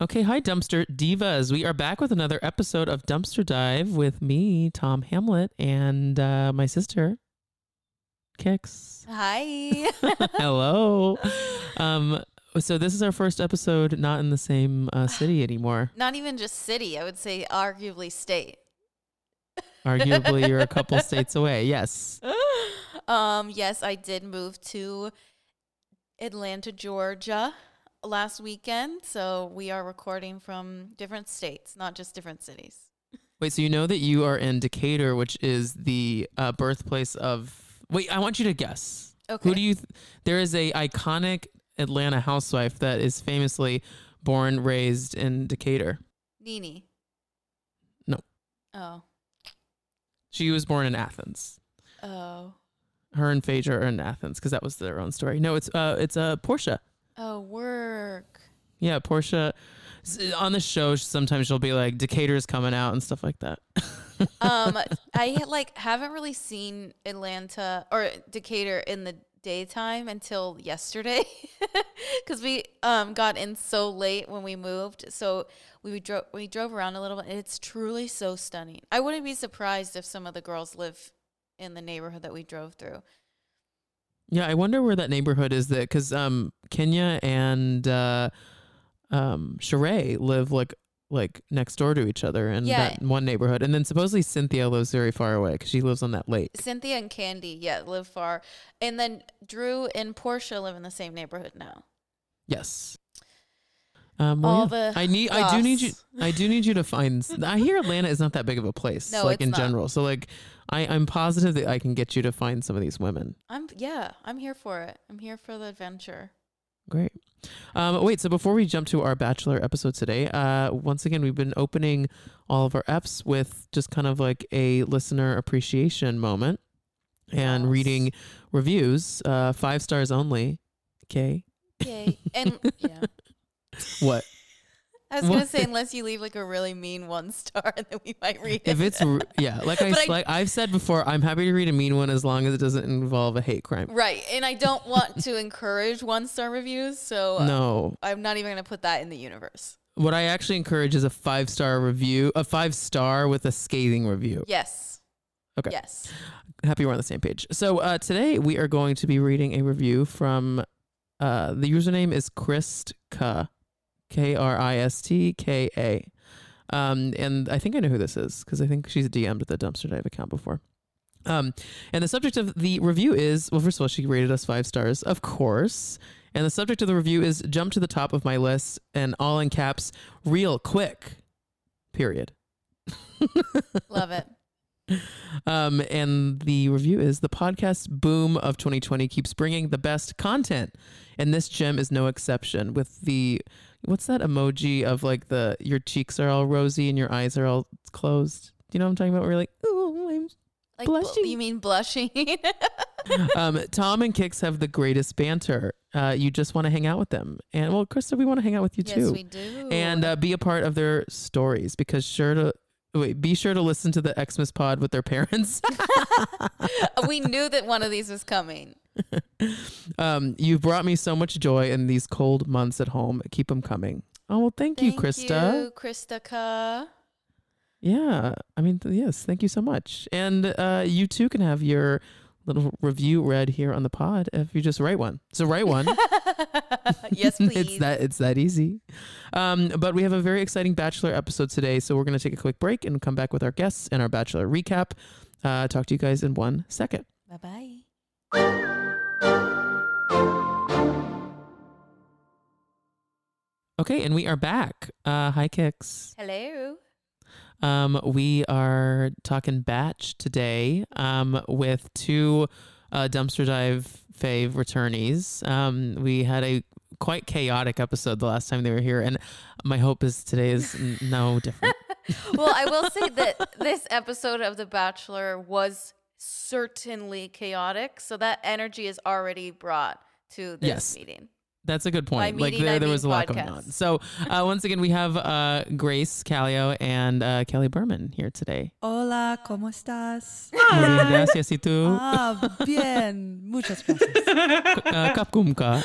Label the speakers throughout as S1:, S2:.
S1: Okay, hi, Dumpster Divas. We are back with another episode of Dumpster Dive with me, Tom Hamlet, and uh, my sister, Kix.
S2: Hi.
S1: Hello. Um, so, this is our first episode not in the same uh, city anymore.
S2: Not even just city, I would say arguably state.
S1: Arguably, you're a couple states away. Yes.
S2: Um, yes, I did move to Atlanta, Georgia last weekend. So we are recording from different states, not just different cities.
S1: Wait, so you know that you are in Decatur, which is the uh, birthplace of. Wait, I want you to guess.
S2: Okay.
S1: Who do you? Th- there is a iconic Atlanta housewife that is famously born, raised in Decatur.
S2: Nini.
S1: No.
S2: Oh.
S1: She was born in Athens.
S2: Oh.
S1: Her and Phaedra are in Athens because that was their own story. No, it's uh, it's uh, Portia.
S2: Oh, work.
S1: Yeah, Portia. S- On the show, sometimes she'll be like, "Decatur's coming out" and stuff like that.
S2: Um, I like haven't really seen Atlanta or Decatur in the daytime until yesterday because we um got in so late when we moved. So we drove we drove around a little bit, and it's truly so stunning. I wouldn't be surprised if some of the girls live in the neighborhood that we drove through.
S1: Yeah, I wonder where that neighborhood is that because um Kenya and uh um Sheree live like like next door to each other in
S2: Yeah.
S1: that one neighborhood, and then supposedly Cynthia lives very far away because she lives on that lake.
S2: Cynthia and Candy, yeah, live far, and then Drew and Portia live in the same neighborhood now.
S1: Yes. Um, well,
S2: All
S1: yeah.
S2: the
S1: I need. I do need you.
S2: goss.
S1: I do need you to find. s- I hear Atlanta is not that big of a place,
S2: No,
S1: like
S2: it's
S1: in
S2: not.
S1: general. So like, I I'm positive that I can get you to find some of these women.
S2: I'm yeah, I'm here for it. I'm here for the adventure.
S1: Great. Um, wait, so before we jump to our Bachelor episode today, uh, once again, we've been opening all of our EPs with just kind of like a listener appreciation moment and
S2: Yes.
S1: reading reviews, uh, five stars only. Okay.
S2: Yay. And yeah.
S1: What?
S2: I was gonna
S1: What?
S2: say unless you leave like a really mean one star, and then we might read it.
S1: If it's, r yeah, like, I,
S2: But I-
S1: s- like I've said before, I'm happy to read a mean one as long as it doesn't involve a hate crime.
S2: right, and I don't want to encourage one star reviews, so uh,
S1: No,
S2: I'm not even gonna put that in the universe.
S1: what I actually encourage is a five star review, a five star with a scathing review.
S2: Yes.
S1: Okay.
S2: Yes.
S1: happy we're on the same page. So uh, today we are going to be reading a review from uh, the username is Kristka, K R I S T K A, um, and I think I know who this is because I think she's DM'd the Dumpster Dive account before. Um, and the subject of the review is well, first of all, she rated us five stars, of course. And the subject of the review is jump to the top of my list and all in caps, real quick, period.
S2: Love it.
S1: Um, and the review is the podcast boom of 2020 keeps bringing the best content, and this gem is no exception. With the what's that emoji of like the your cheeks are all rosy and your eyes are all closed? Do you know what I'm talking about? We're like, ooh, I'm
S2: Like bl-
S1: Blushing.
S2: you mean blushing?
S1: um, Tom and Kix have the greatest banter. Uh, you just want to hang out with them, and well, Krista, we want to hang out with you
S2: yes,
S1: too
S2: we do.
S1: and uh, be a part of their stories because sure to wait be sure to listen to the xmas pod with their parents
S2: we knew that one of these was coming.
S1: um you've brought me so much joy in these cold months at home keep them coming oh well thank, you krista
S2: you, Krista.
S1: yeah i mean th- yes thank you so much and uh you too can have your little review read here on the pod if you just write one so write one
S2: yes, please.
S1: it's that it's that easy. Um, but we have a very exciting Bachelor episode today, so we're going to take a quick break and come back with our guests and our Bachelor recap. Uh, talk to you guys in one second.
S2: Bye bye.
S1: Okay, and we are back. Uh, hi, Kicks.
S2: Hello.
S1: Um, we are talking batch today um, with two uh, dumpster dive fave returnees. Um, we had a quite chaotic episode the last time they were here, and my hope is today is n- no different.
S2: well, I will say that this episode of The Bachelor was certainly chaotic, so that energy is already brought to this
S1: Yes.
S2: meeting.
S1: That's a good point. like
S2: meeting,
S1: there,
S2: I
S1: there
S2: mean
S1: was a lot going
S2: podcast.
S1: on. So uh, once again, we have uh, Grace Callio and uh, Kelly Berman here today.
S3: Hola, ¿cómo estás?
S1: Muy bien, gracias y tú,
S3: Ah, bien. Muchas gracias.
S1: uh, Kapkumka.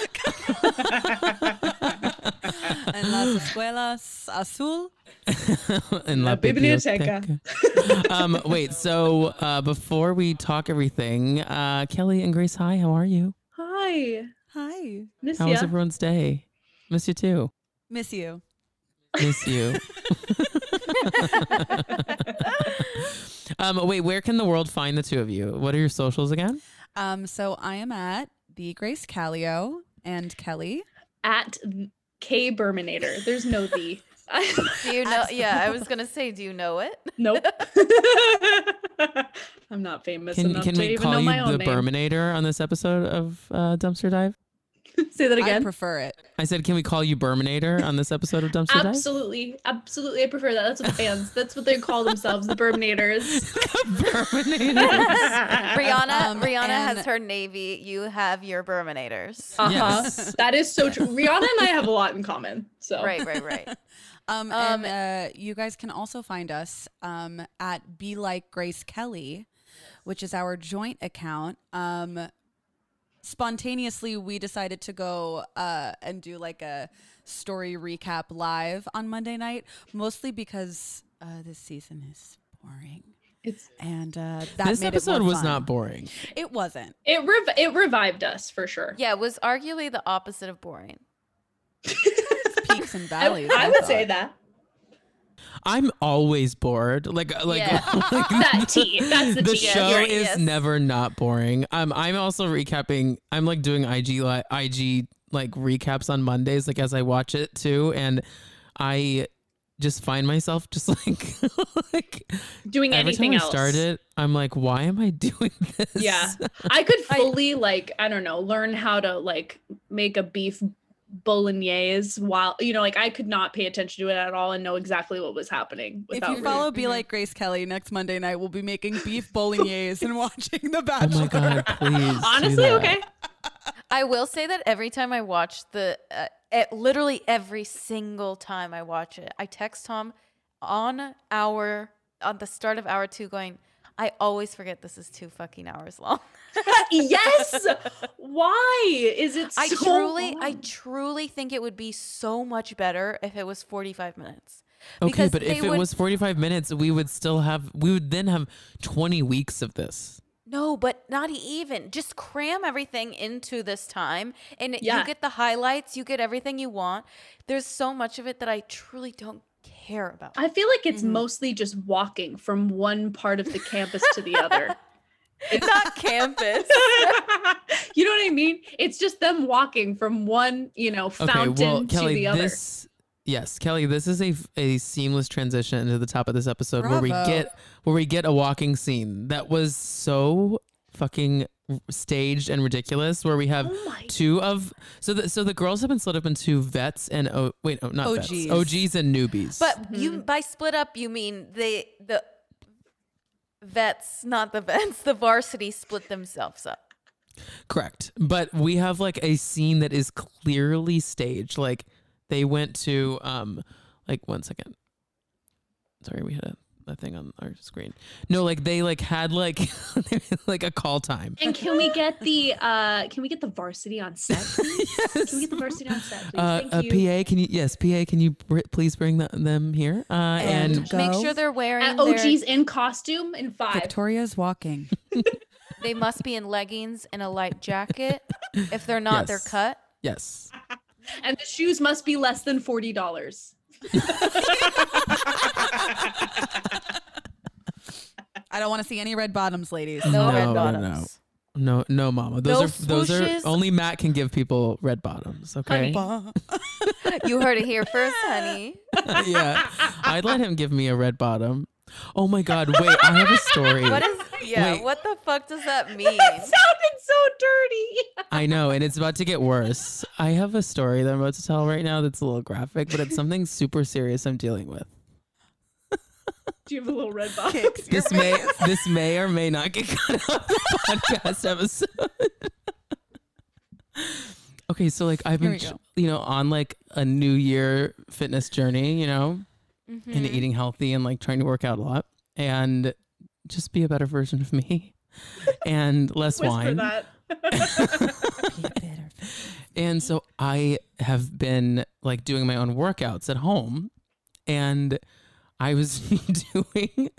S3: En las escuelas azul.
S1: in La,
S4: La biblioteca.
S1: biblioteca. um, wait, so uh, before we talk everything, uh, Kelly and Grace, hi, how are you?
S4: Hi,
S3: Hi.
S4: miss
S1: How
S4: ya.
S1: was everyone's day? Miss you too.
S3: Miss you.
S1: Miss you. um, wait, where can the world find the two of you? What are your socials again?
S3: Um, so I am at the Grace Callio and Kelly.
S4: At K Berminator. There's no the.
S2: Do you know? Yeah, I was gonna say, do you know it?
S4: nope. I'm not famous
S1: Can,
S4: enough
S1: can
S4: to
S1: we
S4: even
S1: call
S4: know
S1: you
S4: my own
S1: the
S4: name.
S1: Berminator on this episode of uh, Dumpster Dive?
S4: Say that
S3: I
S4: again.
S3: prefer it.
S1: I said, can we call you Berminator on this episode of Dumpster
S4: Absolutely, absolutely. I prefer that. That's what the fans. That's what they call themselves, the Berminators.
S1: Dive? Berminator.
S2: Rihanna,
S3: Um,
S2: Rihanna
S3: and- Oh.
S2: has her navy. You have your Berminators.
S4: Uh-huh.
S1: Yes.
S4: That is so true. Rihanna and I have a lot in common. So
S2: Right, right, right.
S3: Um,
S2: Um,
S3: and uh, you guys can also find us um, at Be Like Grace Kelly, which is our joint account. Um, spontaneously, we decided to go uh, and do like a story recap live on Monday night, mostly because uh, this season is boring.
S4: It's
S3: And uh, that
S1: this
S3: made it
S1: episode
S3: more
S1: was
S3: fun.
S1: not boring.
S3: It wasn't.
S4: it rev- it revived us for sure.
S2: Yeah, it was arguably the opposite of boring.
S3: Peaks and
S4: I,
S3: valleys.
S4: I would
S3: thought.
S4: say that.
S1: I'm always bored. Like uh, like,
S2: Yeah.
S1: like
S4: That tea. That's the
S1: the
S4: tea. Yeah,
S1: show
S4: you're right.
S1: is
S2: Yes.
S1: never not boring. Um, I'm also recapping. I'm like doing IG li- IG like recaps on Mondays, like as I watch it too, and I just find myself just like like
S4: Doing
S1: every
S4: anything
S1: time I
S4: else.
S1: start it, I'm like, why am I doing this?
S4: Yeah. I could
S3: I-
S4: fully like I don't know learn how to like make a beef bolognese while you know like I could not pay attention to it at all and know exactly what was happening
S3: If
S4: without
S3: you follow
S4: really-
S3: Be Like Grace Kelly next Monday night, we'll be making beef bolognese and watching The
S1: Oh
S3: Bachelor.
S1: my god, please. do
S4: honestly
S1: that.
S4: okay
S2: I will say that every time I watch the, uh, e- literally every single time I watch it, I text Tom on our on the start of hour two, going, I always forget this is two fucking hours long.
S4: yes why is it
S2: I
S4: so
S2: truly, I
S4: long?
S2: truly think it would be so much better if it was forty five minutes.
S1: Okay,
S2: Because
S1: but if
S2: they
S1: it
S2: would-
S1: was 45 minutes, we would still have we would then have 20 weeks of this.
S2: No, but not even. Just cram everything into this time and
S4: Yeah.
S2: you get the highlights, you get everything you want. There's so much of it that I truly don't care about.
S4: I feel like it's
S2: Mm-hmm.
S3: Mhm.
S4: mostly just walking from one part of the campus to the other.
S2: It's not campus.
S4: you know what I mean? It's just them walking from one, you know, fountain to the other.
S1: This, yes, Kelly, this is a, a seamless transition into the top of this episode where we
S3: Bravo.
S1: get where we get a walking scene that was so fucking staged and ridiculous. Where we have
S4: Oh my
S1: two of so the so the girls have been split up into vets and oh wait oh, not
S3: OGs.
S1: vets OGs and newbies.
S2: But you by split up you mean the the vets, not the vets, the varsity split themselves up.
S1: Correct. But we have like a scene that is clearly staged. Like they went to um like one second. Sorry, we had a, a thing on our screen. No, like they like had like like a call time.
S4: And can we get the uh can we get the varsity on set? please? Can we get the varsity on set, please?
S1: Uh,
S4: Thank
S1: uh,
S4: you.
S1: PA, can you? Yes, PA, can you br- please bring the, them here? Uh, and,
S3: And
S2: Make
S3: Go.
S2: sure they're wearing
S4: At
S2: their-
S4: OG's in costume in five.
S3: Victoria's walking.
S2: they must be in leggings and a light jacket. If they're
S1: Yes.
S2: not, they're cut.
S1: yes,
S4: And the shoes must be less than forty dollars.
S3: I don't want to see any red bottoms, ladies.
S2: No,
S1: No, no,
S2: red
S1: no.
S2: bottoms.
S1: no, no, Mama. Those are
S2: No
S1: those are
S2: swooshes.
S1: only Matt can give people red bottoms. Okay,
S4: Honey.
S3: Bah.
S2: You heard it here first, honey.
S1: yeah, I'd let him give me a red bottom. Oh my God! Wait, I have a story.
S2: What is yeah,
S1: Wait.
S2: what the fuck does that mean?
S4: That sounded so dirty.
S1: I know, and it's about to get worse. I have a story that I'm about to tell right now that's a little graphic, but it's something super serious I'm dealing with.
S4: Do you have a little red box?
S3: Kicks your
S1: This may this may or may not get cut out of the podcast episode. okay, so like I've
S3: Here
S1: been
S3: we go.
S1: you know on like a new year fitness journey, you know, and
S3: Mm-hmm.
S2: Mhm.
S1: eating healthy and like trying to work out a lot and just be a better version of me and less
S4: Whisper
S1: wine.
S4: that.
S1: And so I have been like doing my own workouts at home and I was doing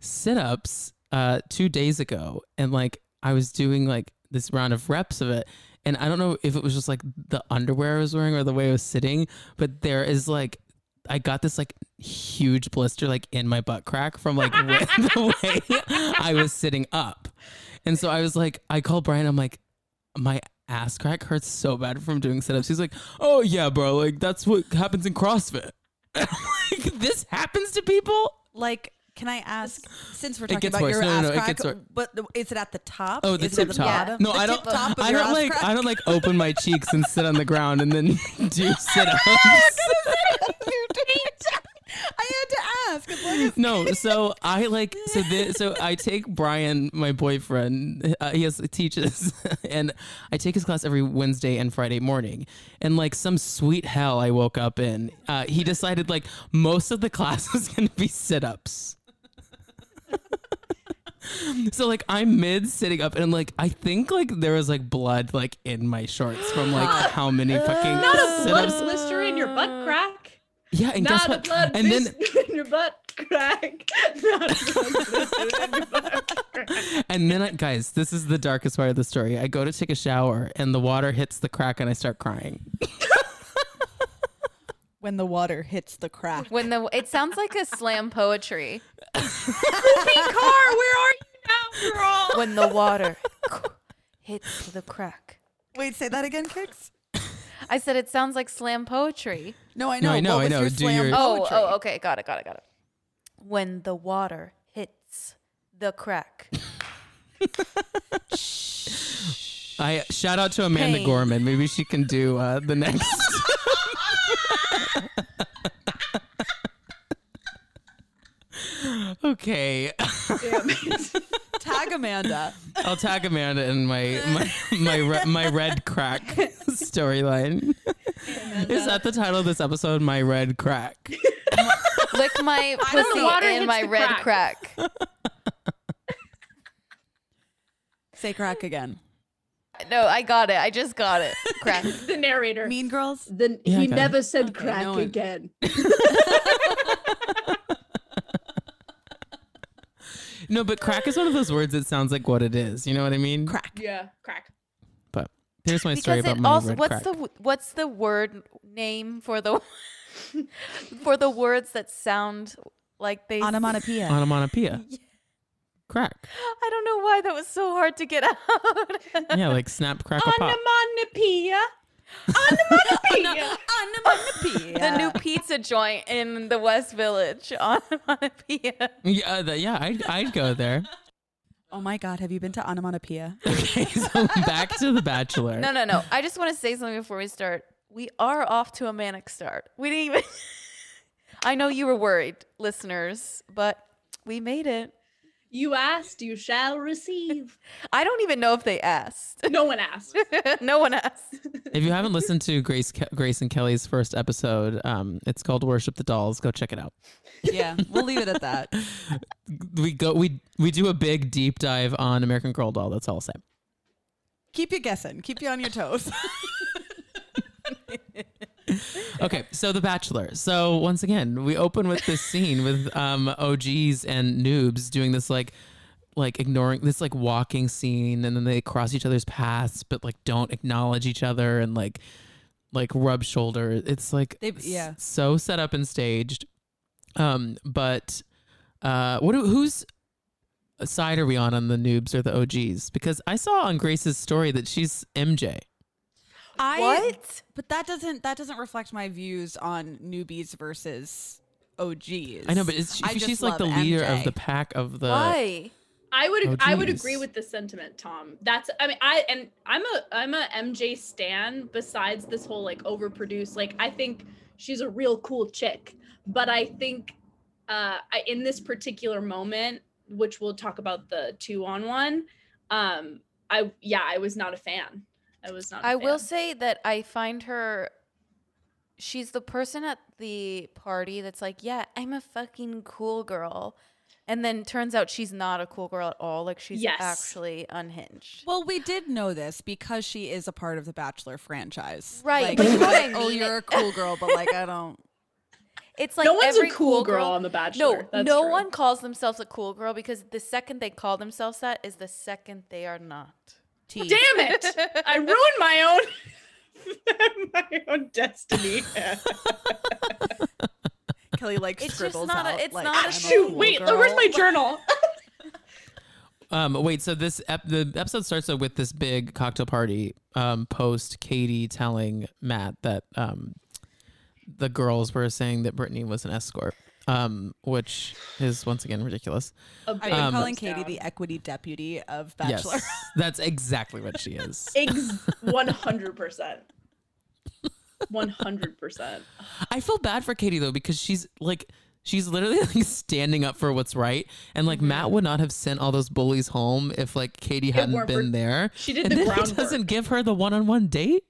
S1: sit ups uh, two days ago and like I was doing like this round of reps of it. And I don't know if it was just like the underwear I was wearing or the way I was sitting, but there is like, I got this like huge blister like in my butt crack from like way- the way I was sitting up. And so I was like, I called Brian, I'm like, my ass crack hurts so bad from doing sit ups. He's like, oh yeah, bro, like that's what happens in CrossFit. like, this happens to people?
S3: Like, can I ask? Since we're
S1: It
S3: talking
S1: gets
S3: about
S1: worse.
S3: your
S1: No, no,
S3: ass
S1: no, it
S3: crack,
S1: gets wor-
S3: but the, is it at the top?
S1: Oh, the
S3: Is it
S1: tip
S3: at
S1: top.
S2: bottom?
S1: No,
S3: The
S1: I don't.
S3: tip top of
S1: I
S3: your
S1: don't
S3: ass
S1: like.
S3: crack?
S1: I don't like open my cheeks and sit on the ground and then do sit ups.
S3: I had to ask. As long as
S1: no, so I like so this, so I take Brian, my boyfriend. Uh, he has teaches, and I take his class every Wednesday and Friday morning. And like some sweet hell, I woke up in. Uh, he decided like most of the class was going to be sit ups. So like I'm mid sitting up and like I think like there was like blood like in my shorts from like how many fucking
S4: Not a blood
S1: sit-ups.
S4: blister in your butt crack.
S1: Yeah, and guess
S4: Not a
S1: what?
S4: blood
S1: and then
S4: blister in your butt crack. Not a blood blister in your butt crack.
S1: And then, I, guys, this is the darkest part of the story. I go to take a shower, and the water hits the crack, and I start crying.
S3: when the water hits the crack.
S2: When the it sounds like a slam poetry.
S4: Pink car, where are you now, girl?
S2: When the water hits the crack.
S3: Wait, say that again, Kix.
S2: I said it sounds like slam poetry.
S3: No, I
S1: No,
S3: know.
S1: I know,
S3: What
S1: I
S3: was
S1: know.
S3: Your
S1: Do
S3: slam
S1: your-
S2: Oh,
S3: poetry?
S2: oh, okay, got it, got it, got it. When the water hits the crack.
S1: I shout out to Amanda
S2: Pain.
S1: Gorman. Maybe she can do uh, the next. okay, oh.
S3: Tag Amanda.
S1: I'll tag Amanda in my my my, re- my red crack storyline. Is that the title of this episode? My red crack.
S2: Lick my
S4: When the
S2: pussy
S4: water
S2: in
S4: hits
S2: my
S4: the
S2: red crack.
S3: Say crack again.
S2: No, I got it. I just got it. Crack.
S4: The narrator.
S3: Mean Girls.
S4: Then
S1: Yeah, I
S4: he
S1: got it.
S4: never said crack
S3: no one-
S4: again.
S1: No, but crack is one of those words that sounds like what it is. You know what I mean?
S3: Crack.
S4: Yeah, crack.
S1: But here's my story
S2: because
S1: about
S2: it
S1: my
S2: also
S1: red
S2: what's
S1: crack.
S2: the w- what's the word name for the for the words that sound like they
S3: Onomatopoeia.
S1: onomatopoeia. Crack.
S2: I don't know why that was so hard to get out.
S1: Yeah, like snap, crack, a pop.
S4: Onomatopoeia. Onomatopoeia.
S3: Onomatopoeia.
S2: The new pizza joint in the West Village onomatopoeia.
S1: Yeah, that, yeah, I'd, I'd go there.
S3: Oh my God, have you been to Onomatopoeia?
S1: Okay, so back to The Bachelor.
S2: No, no, no. I just want to say something before we start. We are off to a manic start. We didn't even. I know you were worried, listeners, but we made it.
S4: You asked, you shall receive.
S2: I don't even know if they asked.
S4: No one asked.
S2: no one asked.
S1: If you haven't listened to Grace, Ke- Grace and Kelly's first episode, um, it's called Worship the Dolls. Go check it out.
S3: yeah, we'll leave it at that.
S1: We go, we we do a big deep dive on American Girl Doll. That's all I'll say.
S3: Keep you guessing. Keep you on your toes.
S1: Okay, so The Bachelor. So once again, we open with this scene with um, OGs and noobs doing this like like ignoring this like walking scene and then they cross each other's paths but like don't acknowledge each other and like like rub shoulder. It's like
S3: They-
S1: s-
S3: yeah.
S1: so set up and staged. Um but uh what do, who's side are we on on the noobs or the OGs? Because I saw on Grace's story that she's MJ.
S3: I,
S2: What?
S3: But that doesn't that doesn't reflect my views on newbies versus OGs.
S1: I know, but it's,
S3: I just
S1: she's like the
S3: love
S1: leader of
S3: MJ.
S1: the pack of the
S2: Why?
S4: I would
S1: Oh,
S4: I would
S1: geez.
S4: agree with the sentiment, Tom. That's I mean I and I'm a I'm a MJ stan besides this whole like overproduced like I think she's a real cool chick, but I think uh I, in this particular moment, which we'll talk about the 2 on 1, um I yeah, I was not a fan. I was not I
S2: I will say that I find her. She's the person at the party that's like, yeah, I'm a fucking cool girl. and then turns out she's not a cool girl at all. Like she's
S4: Yes.
S2: actually unhinged.
S3: Well, we did know this because she is a part of the Bachelor franchise.
S2: Right,
S3: Like,
S2: but you know what I
S3: oh,
S2: mean?
S3: you're a cool girl, but like I don't.
S2: It's like
S4: no one's a
S2: every
S4: cool, girl, on The Bachelor.
S2: No,
S4: That's
S2: no
S4: true.
S2: one calls themselves a cool girl because the second they call themselves that is the second they are not.
S3: Tea.
S4: Oh, Damn it! I ruined my own my own destiny.
S3: Kelly like
S2: It's just
S3: scribbles
S2: not a-
S3: out.
S2: it's
S3: like,
S2: not a
S3: I'm
S2: cool
S4: Shoot,
S3: cool
S4: wait,
S3: girl.
S4: where's my journal?
S1: Um, wait, so this ep- the episode starts uh, with this big cocktail party. Um, post Katie telling Matt that um, the girls were saying that Brittany was an escort, um, which is once again ridiculous.
S3: I've been calling Katie the equity deputy of Bachelor.
S1: Um, Yes, that's exactly what she is.
S4: one hundred percent. One hundred percent.
S1: I feel bad for Katie though because she's like she's literally like standing up for what's right, and like
S4: Mm-hmm.
S1: Matt would not have sent all those bullies home if like Katie hadn't
S4: weren't
S1: been
S4: for-
S1: there.
S4: She did
S1: And
S4: the
S1: then he
S4: groundwork.
S1: doesn't give her the one-on-one date.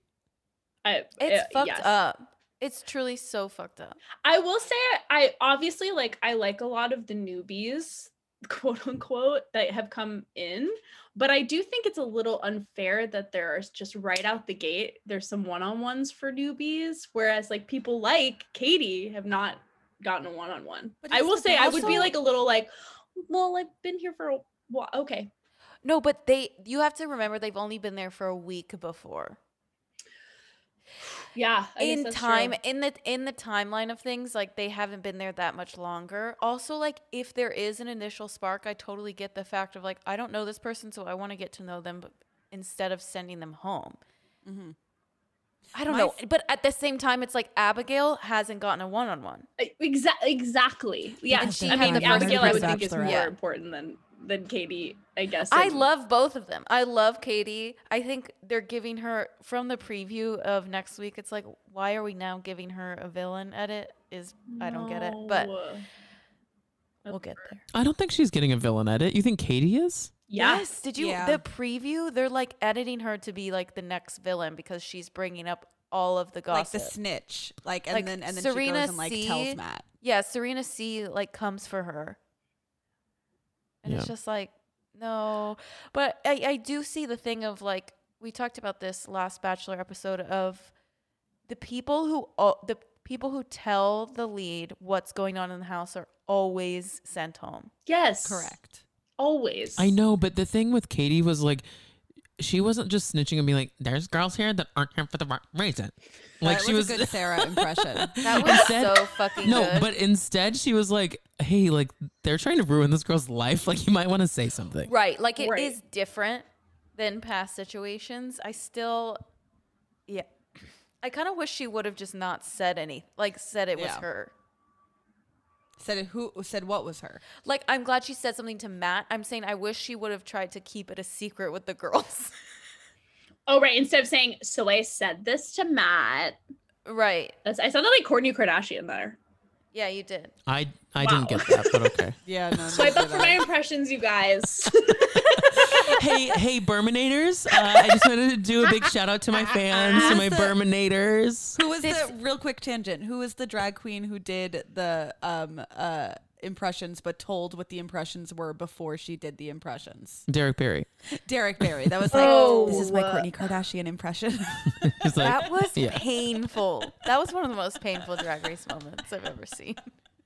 S4: I,
S2: It's
S4: uh,
S2: fucked
S4: yes.
S2: up. It's truly so fucked up.
S4: I will say I obviously like I like a lot of the newbies, quote
S2: Mm.
S4: unquote, that have come in, but I do think it's a little unfair that there's just right out the gate there's some one-on-ones for newbies whereas like people like Katie have not gotten a one-on-one.
S3: But
S4: I
S3: here's
S4: will
S3: the
S4: say
S3: thing,
S4: I would be
S3: also-
S4: like a little like well, I've been here for a while. Okay.
S2: No, but they you have to remember they've only been there for a week before.
S4: Yeah. I guess
S2: in
S4: that's
S2: time
S4: true.
S2: in the in the timeline of things, like they haven't been there that much longer. Also, like if there is an initial spark, I totally get the fact of like I don't know this person, so I want to get to know them but instead of sending them home. Mm-hmm.
S3: Mhm.
S2: I don't
S3: My
S2: know.
S3: f-
S2: but at the same time, it's like Abigail hasn't gotten a one on one.
S4: Exa- exactly. Yeah.
S2: she
S4: I
S2: had
S4: mean,
S2: the first
S4: Abigail, I would think is more
S3: Bachelorette.
S2: Yeah.
S4: important than than Katie. I guess.
S2: I
S4: in-
S2: love both of them. I love Katie. I think they're giving her from the preview of next week. It's like, why are we now giving her a villain edit? Is I don't get it, but
S4: No.
S2: we'll get there.
S1: I don't think she's getting a villain edit. You think Katie is?
S4: yeah,
S2: Yes. Did you
S3: Yeah.
S2: the preview? They're like editing her to be like the next villain because she's bringing up all of the
S3: Like
S2: gossip.
S3: the snitch. Like and
S2: Like,
S3: then and then she
S2: Serena
S3: goes and like tells
S2: C.
S3: Matt.
S2: yeah, Serena C like comes for her, and it's
S1: Yeah.
S2: just like no. But I, I do see the thing of like we talked about this last Bachelor episode of the people who al- the people who tell the lead what's going on in the house are always sent home.
S4: yes,
S3: Correct.
S4: Always.
S1: I know, but the thing with Katie was like, she wasn't just snitching and being like, "There's girls here that aren't here for the right reason." Like
S3: that
S1: she was,
S3: a good Sarah impression.
S2: That was
S1: Instead-
S2: so fucking
S1: no,
S2: good.
S1: but instead she was like, "Hey, like they're trying to ruin this girl's life. Like you might want to say something."
S2: Right. Like it is
S4: Right.
S2: different than past situations. I still, yeah. I kind of wish she would have just not said any, like said it was
S3: Yeah.
S2: her.
S3: said who said what was her?
S2: Like I'm glad she said something to Matt. I'm saying I wish she would have tried to keep it a secret with the girls.
S4: Oh right. Instead of saying, "So I said this to Matt,"
S2: right.
S4: That's- I sounded like Courtney Kardashian there.
S2: Yeah, you did.
S1: I I
S4: Wow.
S1: didn't get that, but okay.
S3: Yeah, no.
S4: Swipe up for my impressions, you guys.
S1: hey hey, Berminators! Uh, I just wanted to do a big shout out to my fans, to my
S3: Who's the-
S1: Berminators.
S3: Who was the real quick tangent? Who was the drag queen who did the um uh impressions but told what the impressions were before she did the impressions?
S1: Derek Perry.
S3: Derek Barry. That was like
S4: Oh.
S3: this is my Courtney Kardashian impression.
S1: He's like,
S2: That was
S1: yeah.
S2: painful. That was one of the most painful drag race moments I've ever seen.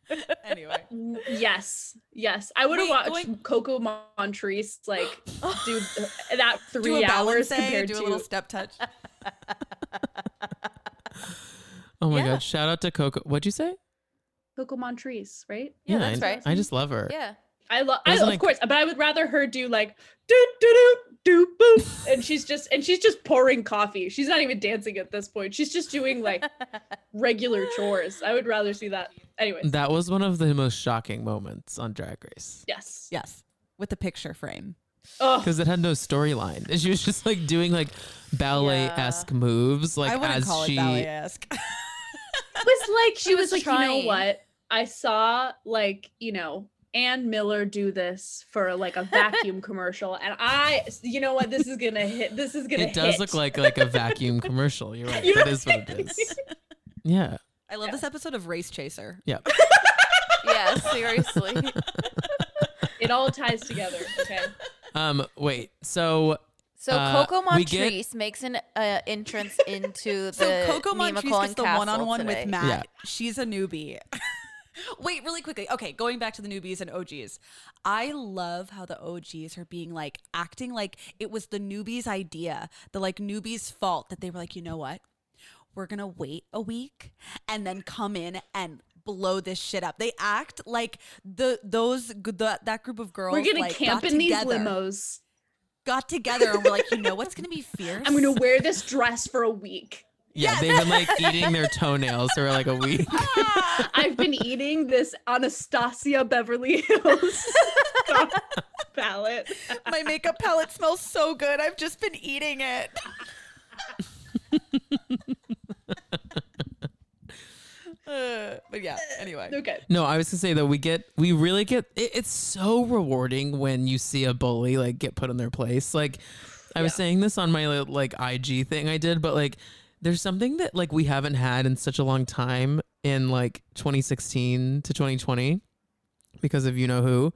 S3: anyway.
S4: yes, yes. I would have
S3: Wait,
S4: watched
S3: going-
S4: Coco Montrese like do that
S3: Do
S4: three
S3: a balance
S4: hours
S3: day or
S4: compared
S3: do
S4: to
S3: a little step touch.
S1: Oh my
S2: Yeah.
S1: god! Shout out to Coco. What'd you say?
S4: Coco Montrese, right?
S2: Yeah,
S1: I-
S2: that's right.
S1: I just love her.
S2: Yeah.
S4: I love, I,
S1: Doesn't
S4: of
S1: it-
S4: course, but I would rather her do like do do do do boop, and she's just and she's just pouring coffee. She's not even dancing at this point. She's just doing like regular chores. I would rather see that. Anyways,
S1: That was one of the most shocking moments on Drag Race
S4: yes.
S3: Yes. With the picture frame.
S4: Oh,
S1: because it had no storyline, and she was just like doing like ballet esque moves, like
S3: I wouldn't
S1: as
S3: call
S1: she.
S3: it ballet esque.
S4: it was like she was,
S2: was
S4: like, you
S2: trying.
S4: know what? I saw like you know Ann Miller do this for like a vacuum commercial, and I, you know what? This is gonna hit. This is gonna.
S1: It does
S4: hit.
S1: look like like a vacuum commercial. You're right.
S4: You
S1: that
S4: know
S1: is what it is. Yeah.
S3: I love this episode of Race Chaser.
S1: Yeah.
S2: Yeah, seriously.
S4: It all ties together. Okay.
S1: Um, wait. So
S2: So
S1: Uh,
S2: Coco
S1: we get-
S2: Montrese makes an uh, entrance into the
S3: So Coco
S2: Nima
S3: Montrese
S2: Cullen
S3: gets the
S2: Castle
S3: one-on-one
S2: today.
S3: with Matt.
S1: Yeah.
S3: She's a newbie. Wait, really quickly. Okay, going back to the newbies and OGs. I love how the OGs are being like acting like it was the newbies' idea, the like newbies' fault that they were like, you know what? We're gonna wait a week and then come in and blow this shit up. They act like the those the, that group of girls.
S4: We're gonna
S3: like,
S4: camp
S3: got
S4: in these
S3: together-
S4: limos.
S3: Got together and we're like, you know what's gonna be fierce?
S4: I'm gonna wear this dress for a week.
S1: yeah, they've been like eating their toenails for like a week.
S4: I've been eating this Anastasia Beverly Hills palette.
S3: My makeup palette smells so good. I've just been eating it. Uh, but yeah, anyway.
S4: Okay.
S1: No, I was gonna say though, we get we really get it, it's so rewarding when you see a bully like get put in their place. Like I was saying this on my like IG thing I did, but like there's something that like we haven't had in such a long time in like 2016 to 2020 because of you know who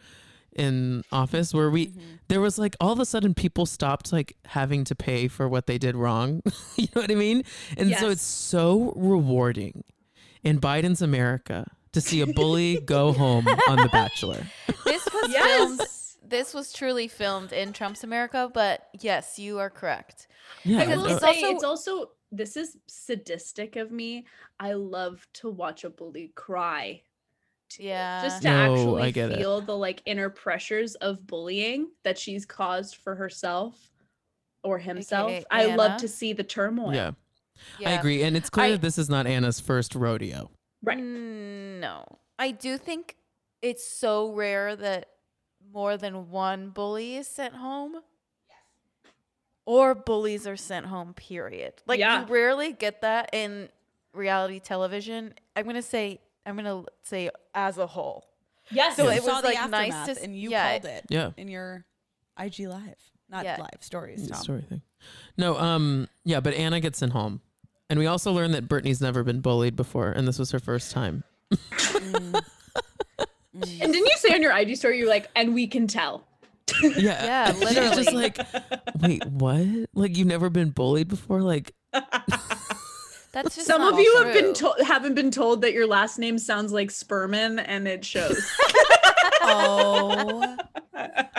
S1: in office where we there was like all of a sudden people stopped like having to pay for what they did wrong you know what i mean and so
S4: Yes.
S1: it's so rewarding in biden's america to see a bully go home on the bachelor
S2: This was filmed.
S4: Yes.
S2: This was truly filmed in Trump's America, but yes, you are correct.
S1: yeah
S4: I will
S2: It's
S4: say
S2: also-
S4: it's also this is sadistic of me. I love to watch a bully cry. too,
S2: Yeah.
S4: Just to
S1: No,
S4: actually
S1: I get it.
S4: feel the like inner pressures of bullying that she's caused for herself or himself. I
S2: Anna.
S4: love to see the turmoil.
S1: yeah,
S2: Yeah.
S1: i agree and it's clear
S2: I-
S1: that this is not anna's first rodeo
S4: Right.
S2: Mm, No, I do think it's so rare that more than one bully is sent home. Or bullies are sent home, period. Like,
S4: Yeah.
S2: you rarely get that in reality television. I'm going to say, I'm going to say as a whole.
S4: Yes.
S2: So
S3: You
S2: it was,
S3: saw the
S2: like, nice to
S3: aftermath
S2: s-
S3: and you
S2: yeah.
S3: called it
S1: yeah
S3: in your IG live, not
S2: Yeah. Mm.
S3: live stories. Tom.
S1: story thing no um yeah but anna gets in home and we also learned that brittany's never been bullied before and this was her first time
S3: Mm.
S2: Mm.
S4: and didn't you say on your IG story you're like, and we can tell.
S1: Yeah.
S2: Yeah,
S1: She was just
S2: literally.
S1: like, wait, what? Like you've never been bullied before? Like
S2: That's just
S4: Some
S2: not
S4: of you have
S2: true.
S4: been told haven't been told that your last name sounds like Sperman and it shows.
S3: Oh,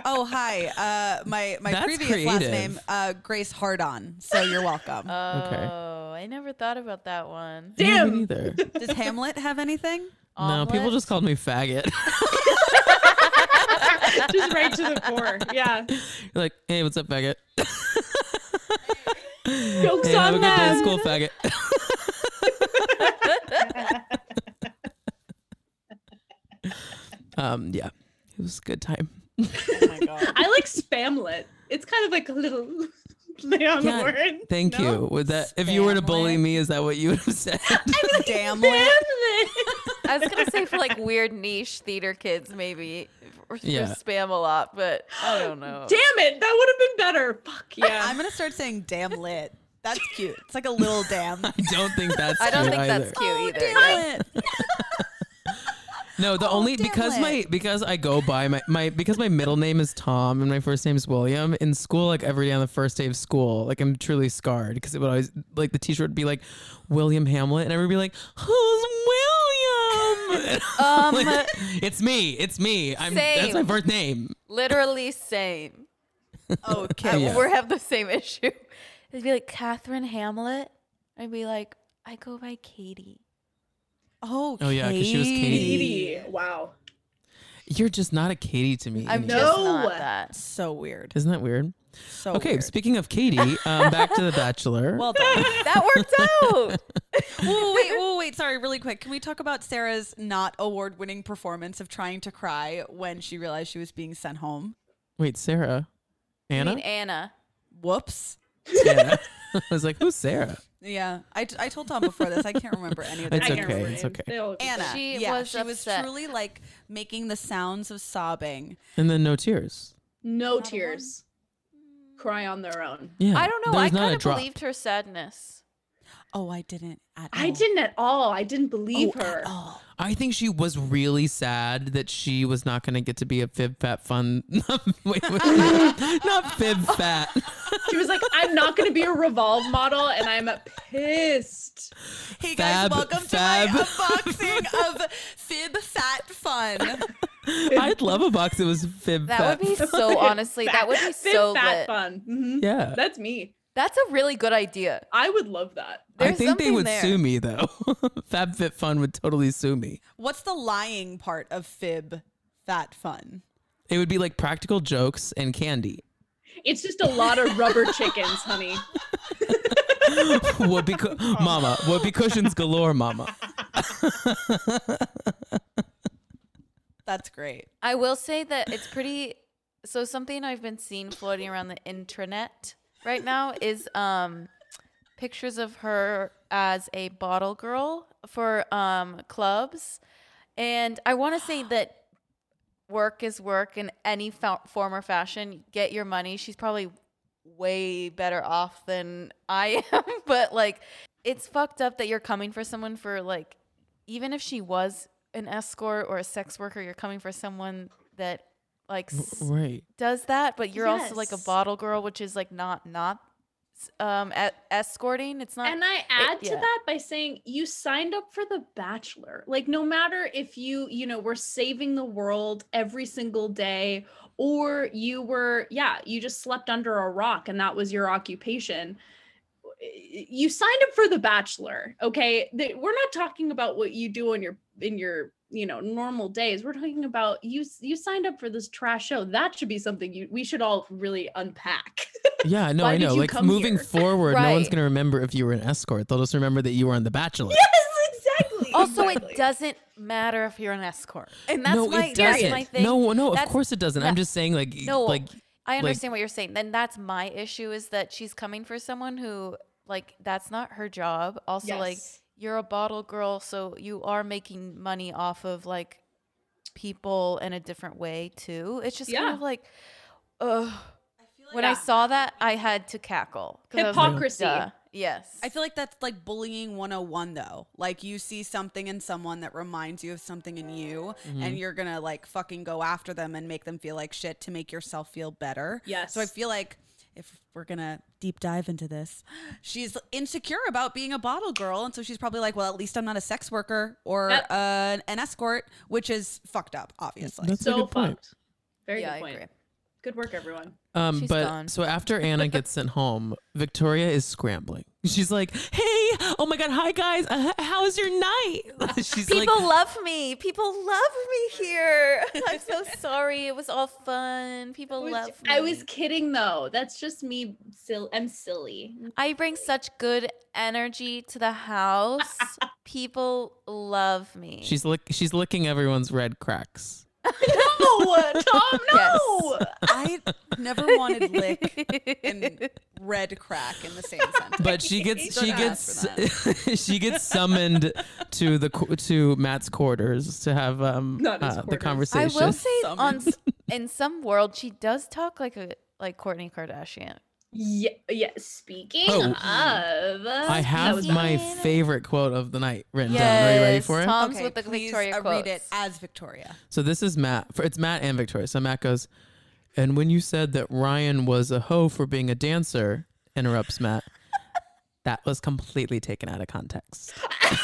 S3: oh, hi. Uh, my my
S1: That's
S3: previous last
S1: creative.
S3: name, uh, Grace Hardon. So you're welcome.
S2: Oh, I never thought about that one.
S1: yeah, me
S4: Damn.
S1: neither.
S3: Does Hamlet have anything?
S1: no, people
S2: Omelet?
S1: just called me faggot.
S4: just right to the core. Yeah.
S1: You're like, hey, what's up, faggot?
S4: Jokes
S1: Hey, have a
S4: on
S1: good day at
S4: them.
S1: school, faggot. um, yeah, it was a good time.
S4: I like spamlet. It's kind of like a little play on
S1: Yeah,
S4: word.
S1: Thank
S4: No?
S1: you. Would that if you were to bully
S3: Spamlet.
S1: me, is that what you would have said?
S3: Damlet.
S2: I was gonna say for like weird niche theater kids, maybe or
S1: Yeah.
S2: spam a lot, but I don't know.
S4: Damn it, that would have been better. Fuck yeah.
S3: I'm gonna start saying damn lit. That's cute. It's like a little damn. Oh,
S1: I don't think that's.
S2: I don't
S1: cute
S2: think
S1: either.
S2: that's cute either. yeah.
S3: Damn it.
S1: No,
S2: Oh,
S1: the only
S3: damn
S1: because
S3: it.
S1: my because I go by my, my because my middle name is Tom and my first name is William. In school, like every day on the first day of school, like I'm truly scarred because it would always like the teacher would be like William Hamlet, and I would be like, "Who's William?"
S2: Um,
S1: Like, it's me. It's me. I'm that's my
S2: same.
S1: first name.
S2: literally same.
S3: Okay.
S1: Yeah.
S2: We have the same issue. It'd be like Catherine Hamlet. I'd be like, I go by Katie.
S3: Oh,
S1: Oh, yeah, 'cause she was Katie.
S4: Katie. Wow.
S1: You're just not a Katie to me.
S2: I'm
S1: Angel.
S2: just
S4: No.
S2: not that.
S3: So weird.
S1: Isn't that weird?
S3: So
S1: okay,
S3: weird.
S1: speaking of Katie, um, back to The Bachelor.
S3: well done.
S2: That worked out.
S3: Whoa, wait, whoa, wait. Sorry, really quick. Can we talk about Sarah's not award-winning performance of trying to cry when she realized she was being sent home?
S1: Wait, Sarah, Anna,
S2: I mean, Anna.
S3: Whoops.
S1: Anna. I was like, "Who's Sarah?"
S3: Yeah, I, I told Tom before this. I can't remember any of
S1: It's
S4: I
S3: that.
S4: can't
S1: okay,
S4: remember
S1: it's
S4: names.
S1: okay.
S4: They all look the
S3: Anna.
S4: same.
S2: She
S3: yeah,
S2: was
S3: she was
S2: upset.
S3: truly like making the sounds of sobbing.
S1: And then no tears.
S4: No tears. Cry on their own.
S1: Yeah,
S2: I don't know.
S1: there
S2: I
S1: was not a
S2: kind of
S1: drop.
S2: believed her sadness.
S3: Oh, I didn't at all.
S4: I didn't at all. I didn't believe
S3: Oh, at
S4: her.
S3: all.
S1: I think she was really sad that she was not going to get to be a fib fat fun. wait, wait, not fib fat.
S4: She was like, I'm not going to be a Revolve model, and I'm pissed.
S3: Hey
S1: Fab-
S3: guys, welcome
S1: Fab.
S3: to my unboxing of Fib Fat Fun.
S1: I'd love a box that was fib
S2: That
S1: fat.
S2: would be so honestly. That would be
S4: Fit
S2: so
S4: fat
S2: lit.
S4: fun. Mhm.
S1: Yeah.
S4: That's me.
S2: That's a really good idea.
S4: I would love that.
S1: I
S2: there's
S1: think they
S2: something
S1: would
S2: there.
S1: sue me though. Fab Fit Fun would totally sue me.
S3: What's the lying part of Fib Fat Fun?
S1: It would be like practical jokes and candy.
S4: It's just a lot of rubber chickens, honey.
S1: Whoopee, cu- mama, whoopee cushions galore, mama.
S3: That's great.
S2: I will say that it's pretty. So something I've been seeing floating around the intranet right now is um pictures of her as a bottle girl for um clubs, and I want to say that work is work in any fa- form or fashion. Get your money. She's probably way better off than I am, but like it's fucked up that you're coming for someone for like even if she was an escort or a sex worker, you're coming for someone that like s-
S1: Right.
S2: does that, but you're also like a
S4: Yes.
S2: bottle girl, which is like not not s- um e- escorting. It's not.
S4: And I add to
S2: yeah.
S4: that by saying you signed up for The Bachelor. Like, no matter if you, you know, were saving the world every single day or you were, yeah, you just slept under a rock and that was your occupation. eh, You signed up for The Bachelor. Okay. The- We're not talking about what you do in your, in your, you know, normal days. We're talking about you. s- You signed up for this trash show. That should be something you. We should all really unpack.
S1: Yeah, no,
S4: Why
S1: I
S4: did
S1: know.
S4: you
S1: Like
S4: come
S1: moving
S4: here?
S1: forward, no one's
S2: Right.
S1: gonna remember if you were an escort. They'll just remember that you were on The Bachelor.
S4: exactly.
S2: also,
S4: Exactly.
S2: it doesn't matter if you're an escort, and that's
S1: no,
S2: my
S1: it
S2: that's
S1: doesn't.
S2: my thing.
S1: No, no, of
S2: That's-
S1: course it doesn't. I'm
S2: that-
S1: just saying, like,
S2: No,
S1: like
S2: I understand what you're saying. Then that's my issue is that she's coming for someone who like that's not her job. Also, like
S4: Yes.
S2: you're a bottle girl, so you are making money off of like people in a different way too. It's just kind
S4: Yeah.
S2: of like, ugh. When I
S4: Yeah.
S2: saw that, I had to cackle. 'cause I was like,
S4: Hypocrisy.
S2: "Duh." yes.
S3: I feel like that's like bullying 101 though. Like you see something in someone that reminds you of something in you
S2: Mm-hmm.
S1: Hmm.
S3: and you're going to like fucking go after them and make them feel like shit to make yourself feel better.
S4: Yes.
S3: So I feel like if we're going to deep dive into this, she's insecure about being a bottle girl and so she's probably like, well, at least I'm not a sex worker or
S4: Yep.
S3: uh, an escort, which is fucked up obviously.
S1: That's- a
S4: so
S1: good point.
S4: fucked. Very
S2: yeah,
S4: good
S2: I
S4: point.
S2: agree.
S4: Good work, everyone.
S1: Um,
S2: She's
S1: but
S2: gone.
S1: so after Anna gets sent home, Victoria is scrambling. She's like, "Hey, oh my god, hi guys, uh, h- how was your night?" She's like,
S2: People love me. People love me here. I'm so sorry. It was all fun. People love me.
S4: I was kidding though. That's just me. Sil- I'm silly.
S2: I bring such good energy to the house. People love me.
S1: she's lick, she's licking everyone's red cracks.
S4: No, Tom.
S2: Yes.
S4: No.
S3: I never wanted lick and red crack in the same sentence.
S1: But she gets
S3: Don't
S1: she
S3: ask
S1: gets
S3: for
S1: she gets summoned to the qu- to Matt's quarters to have um
S4: Not his
S1: uh, the
S4: quarters.
S2: I
S1: conversation.
S2: will say on
S3: Summoned.
S2: s- in some world she does talk like a like Courtney Kardashian.
S4: Yeah. Yeah. Speaking
S1: Oh.
S4: of,
S1: I
S4: that
S1: have
S4: was
S1: my
S2: mine.
S1: favorite quote of the night written down. Are you ready
S2: Yes,
S1: for it?
S2: Tom's with the
S3: please,
S2: Victoria
S3: uh,
S2: quotes.
S3: Read it as Victoria.
S1: So this is Matt. For, it's Matt and Victoria. So Matt goes, and when you said that Ryan was a hoe for being a dancer, interrupts Matt. that was completely taken out of context.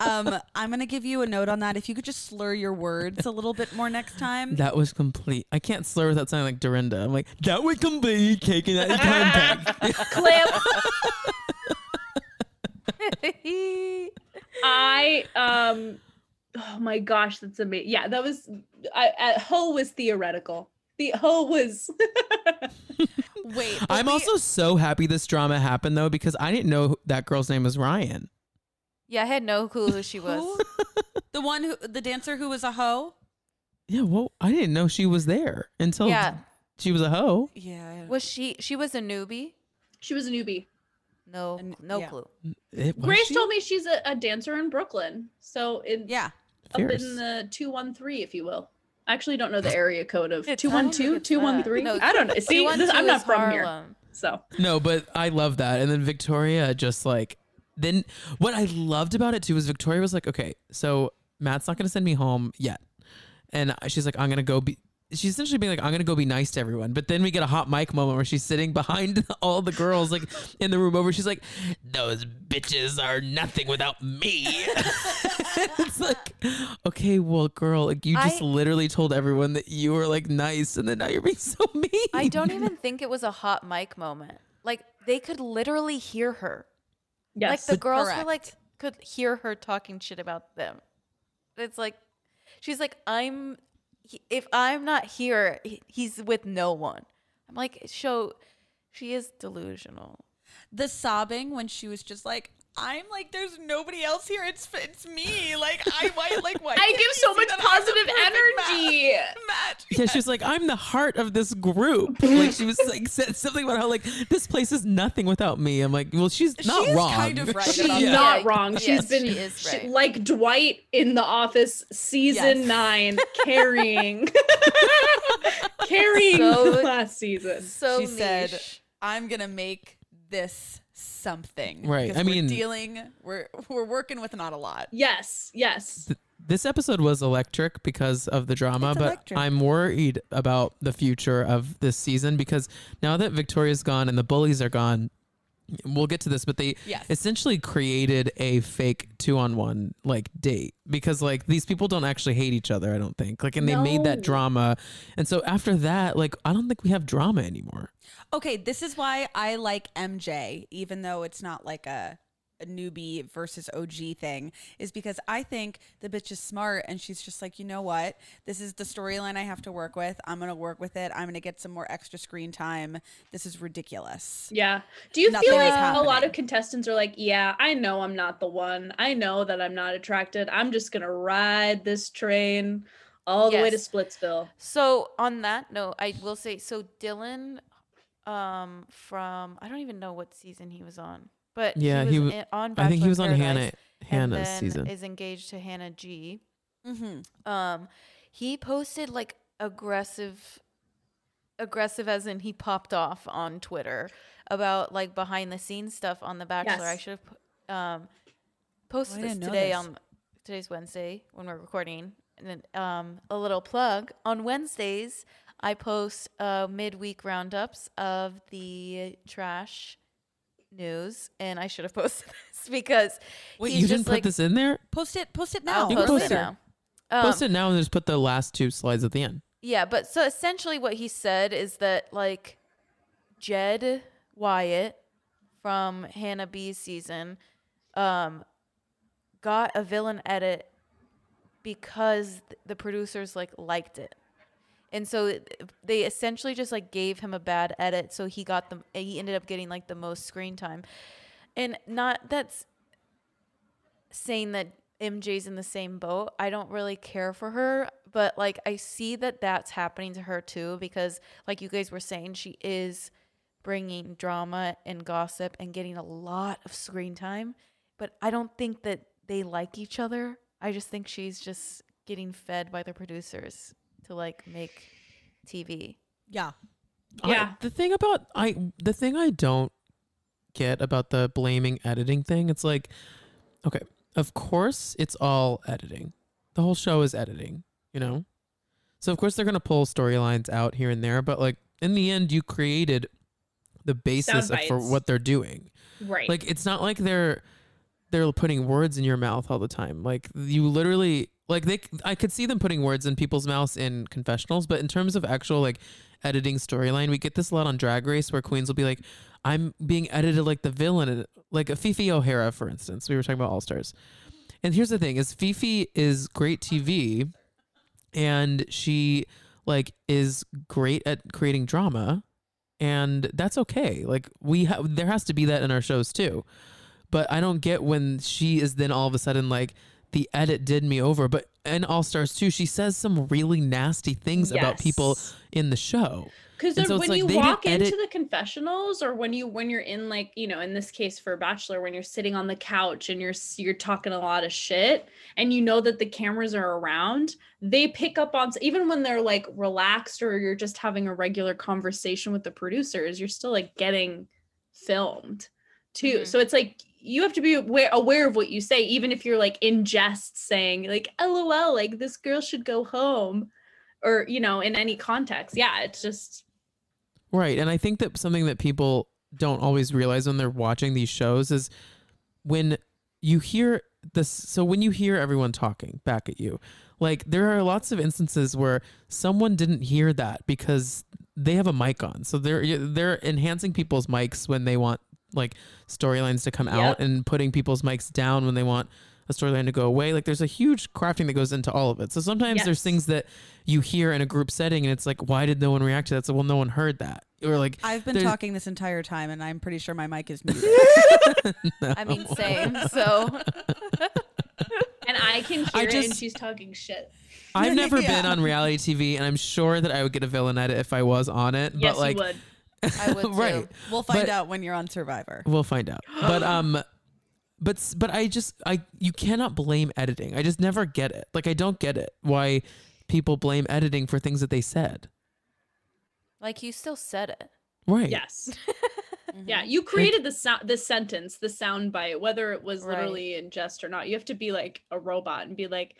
S3: Um, I'm gonna give you a note on that. If you could just slur your words a little bit more next time.
S1: That was complete. I can't slur without sounding like Dorinda. I'm like, that was completely taken out of context.
S4: clip. I um. Oh my gosh, that's amazing. Yeah, that was. I, I Ho was theoretical. The Ho was.
S3: Wait, but
S1: I'm
S3: we-
S1: also so happy this drama happened though because I didn't know that girl's name was Ryan.
S2: yeah, I had no clue who she was.
S3: who? the one who the dancer who was a hoe.
S1: Yeah, well, I didn't know she was there until
S2: Yeah.
S1: she was a hoe.
S3: Yeah.
S2: Was she she was a newbie?
S4: She was a newbie.
S2: No,
S3: An-
S2: no
S3: yeah.
S2: clue.
S1: It, was
S4: Grace
S1: she?
S4: told me she's a, a dancer in Brooklyn. So in
S3: Yeah.
S4: up
S1: Fierce.
S4: in the 213 if you will i actually don't know the area code of
S2: It's- I don't think
S4: 212
S2: it's that.
S4: 213
S2: Uh, No,
S4: i don't know see this,
S2: 212
S4: i'm not
S2: is
S4: from here
S2: Harlem.
S4: So
S1: No, but I love that. And then Victoria just like then what I loved about it too was Victoria was like, okay, so Matt's not gonna send me home yet, and she's like, I'm gonna go be. She's essentially being like, I'm gonna go be nice to everyone. But then we get a hot mic moment where she's sitting behind all the girls like in the room over. She's like, those bitches are nothing without me. it's like, okay, well, girl, like you just
S2: I-
S1: literally told everyone that you were like nice, and then now you're being so mean.
S2: I don't even think it was a hot mic moment. Like they could literally hear her. Like
S4: yes,
S2: the girls were
S3: Correct.
S2: like could hear her talking shit about them. It's like she's like I'm he- if I'm not here, he- he's with no one. I'm like so she is delusional.
S3: the sobbing when she was just like i'm like there's nobody else here it's it's me like i why like why
S4: I
S3: can't
S4: give
S3: you
S4: so
S3: see
S4: much
S3: that I'm the
S4: positive
S3: perfect
S4: energy.
S3: match? match
S1: Yeah, she was like, I'm the heart of this group. Like she was like said something about how like this place is nothing without me. I'm like, well, she's not
S3: She's
S1: wrong.
S3: kind of right
S4: She's
S3: about
S1: Yeah.
S3: that.
S4: not
S2: Yeah,
S4: wrong. She's
S2: yes,
S4: been
S2: she is
S4: she-
S2: right.
S4: like Dwight in The Office season
S3: Yes.
S4: nine, carrying, carrying
S2: So-
S4: the last season.
S2: So
S3: she said
S2: niche.
S3: i'm gonna make this something
S1: Right,
S3: Because
S1: I
S3: we're
S1: mean-
S3: dealing we're we're working with not a lot
S4: Yes, yes.
S1: This episode was electric because of the drama,
S3: It's
S1: but
S3: electric.
S1: I'm worried about the future of this season because now that Victoria's gone and the bullies are gone, we'll get to this, but they
S3: Yes.
S1: essentially created a fake two on one like date because like these people don't actually hate each other, I don't think. Like and they made that
S4: No.
S1: drama. And so after that, like I don't think we have drama anymore.
S3: Okay, this is why I like MJ, even though it's not like a, a newbie versus OG thing, is because I think the bitch is smart and she's just like, you know what? This is the storyline I have to work with. I'm going to work with it. I'm going to get some more extra screen time. This is ridiculous.
S4: Yeah. Do you
S3: Nothing
S4: feel
S3: is
S4: like a
S3: happening.
S4: lot of contestants are like, yeah, I know I'm not the one. I know that I'm not attracted. I'm just going to ride this train all the way to
S2: Yes.
S4: Splitsville.
S2: So on that note, I will say so Dylan um from I don't even know what season he was on. But
S1: Yeah,
S2: he
S1: he
S2: was
S1: wa-
S2: in- on
S1: I think
S2: Bachelor
S1: he was on
S2: in Paradise
S1: Hannah
S2: and
S1: Hannah's
S2: then
S1: season.
S2: is engaged to Hannah G.
S3: Mm-hmm.
S2: Um he posted like aggressive aggressive as in he popped off on Twitter about like behind the scenes stuff on the Bachelor. I
S4: Yes.
S2: should have p- um posted this
S3: didn't know
S2: today
S3: this.
S2: on today's Wednesday when we're recording. And then um, a little plug on Wednesdays, I post uh, midweek roundups of the trash news, and I should have posted this because
S1: Wait,
S2: he's
S1: you
S2: just
S1: didn't
S2: like,
S1: put this in there?
S3: Post it. Post it now.
S2: I'll
S1: You can
S3: or
S2: post it
S1: later.
S2: now. Um,
S1: Post it now and just put the last two slides at the end.
S2: Yeah, but so essentially what he said is that like Jed Wyatt from Hannah B's season um got a villain edit because th- the producers like liked it. And so it- they essentially just like gave him a bad edit so he got the he ended up getting like the most screen time. And not that's saying that MJ's in the same boat. I don't really care for her, but like I see that that's happening to her too because like you guys were saying she is bringing drama and gossip and getting a lot of screen time, but I don't think that they like each other. I just think she's just getting fed by the producers to like make TV.
S3: Yeah.
S1: I-
S4: Yeah.
S1: the thing about I the thing I don't get about the blaming editing thing, it's like okay, of course it's all editing. The whole show is editing, you know? So of course they're going to pull storylines out here and there, but like in the end you created the basis of, for
S4: bites.
S1: what they're doing.
S4: Right.
S1: Like it's not like they're they're putting words in your mouth all the time. Like you literally like they I could see them putting words in people's mouths in confessionals, but in terms of actual like editing storyline, we get this a lot on Drag Race where queens will be like I'm being edited like the villain and like a Fifi O'Hara for instance. We were talking about All Stars. And here's the thing is Fifi is great TV and she like is great at creating drama and that's okay. Like we ha- there has to be that in our shows too. But I don't get when she is then all of a sudden like the edit did me over, but in All Stars too, she says some really nasty things about people in the show.
S4: Because
S1: And so it's
S4: when
S1: like
S4: you
S1: they didn't
S4: walk into
S1: edit-
S4: the confessionals, or when you when you're in like you know in this case for Bachelor, when you're sitting on the couch and you're s- you're talking a lot of shit, and you know that the cameras are around, they pick up on s- even when they're like relaxed or you're just having a regular conversation with the producers, you're still like getting filmed too.
S1: Mm-hmm.
S2: Mhm.
S4: So it's like you have to be aware aware of what you say, even if you're like in jest saying like "lol," like this girl should go home, or you know in any context. Yeah, it's just.
S1: Right. And I think that something that people don't always realize when they're watching these shows is when you hear this. So when you hear everyone talking back at you, like there are lots of instances where someone didn't hear that because they have a mic on. So they're they're enhancing people's mics when they want like storylines to come out
S4: Yep.
S1: and putting people's mics down when they want a storyline to go away. Like there's a huge crafting that goes into all of it. So sometimes there's
S4: Yes.
S1: things that you hear in a group setting and it's like, why did no one react to that? So well, no one heard that. Or like,
S3: I've been
S1: There's-
S3: talking this entire time, and I'm pretty sure my mic is muted.
S2: I mean, same. So
S4: And I can hear
S1: I
S4: it, and
S1: just-
S4: she's talking shit.
S1: I've never
S3: Yeah.
S1: been on reality TV, and I'm sure that I would get a villainetta if I was on it.
S4: yes,
S1: but like,
S4: you would.
S2: I would too.
S1: right?
S3: We'll find
S1: But-
S3: out when you're on Survivor.
S1: We'll find out. But um, but s- but I just I you cannot blame editing. I just never get it. Like I don't get it why people blame editing for things that they said.
S2: Like you still said it.
S1: Right.
S4: Yes. Yeah, you created the sound, the sentence, the sound bite, whether it was
S2: Right.
S4: literally in jest or not. You have to be like a robot and be like,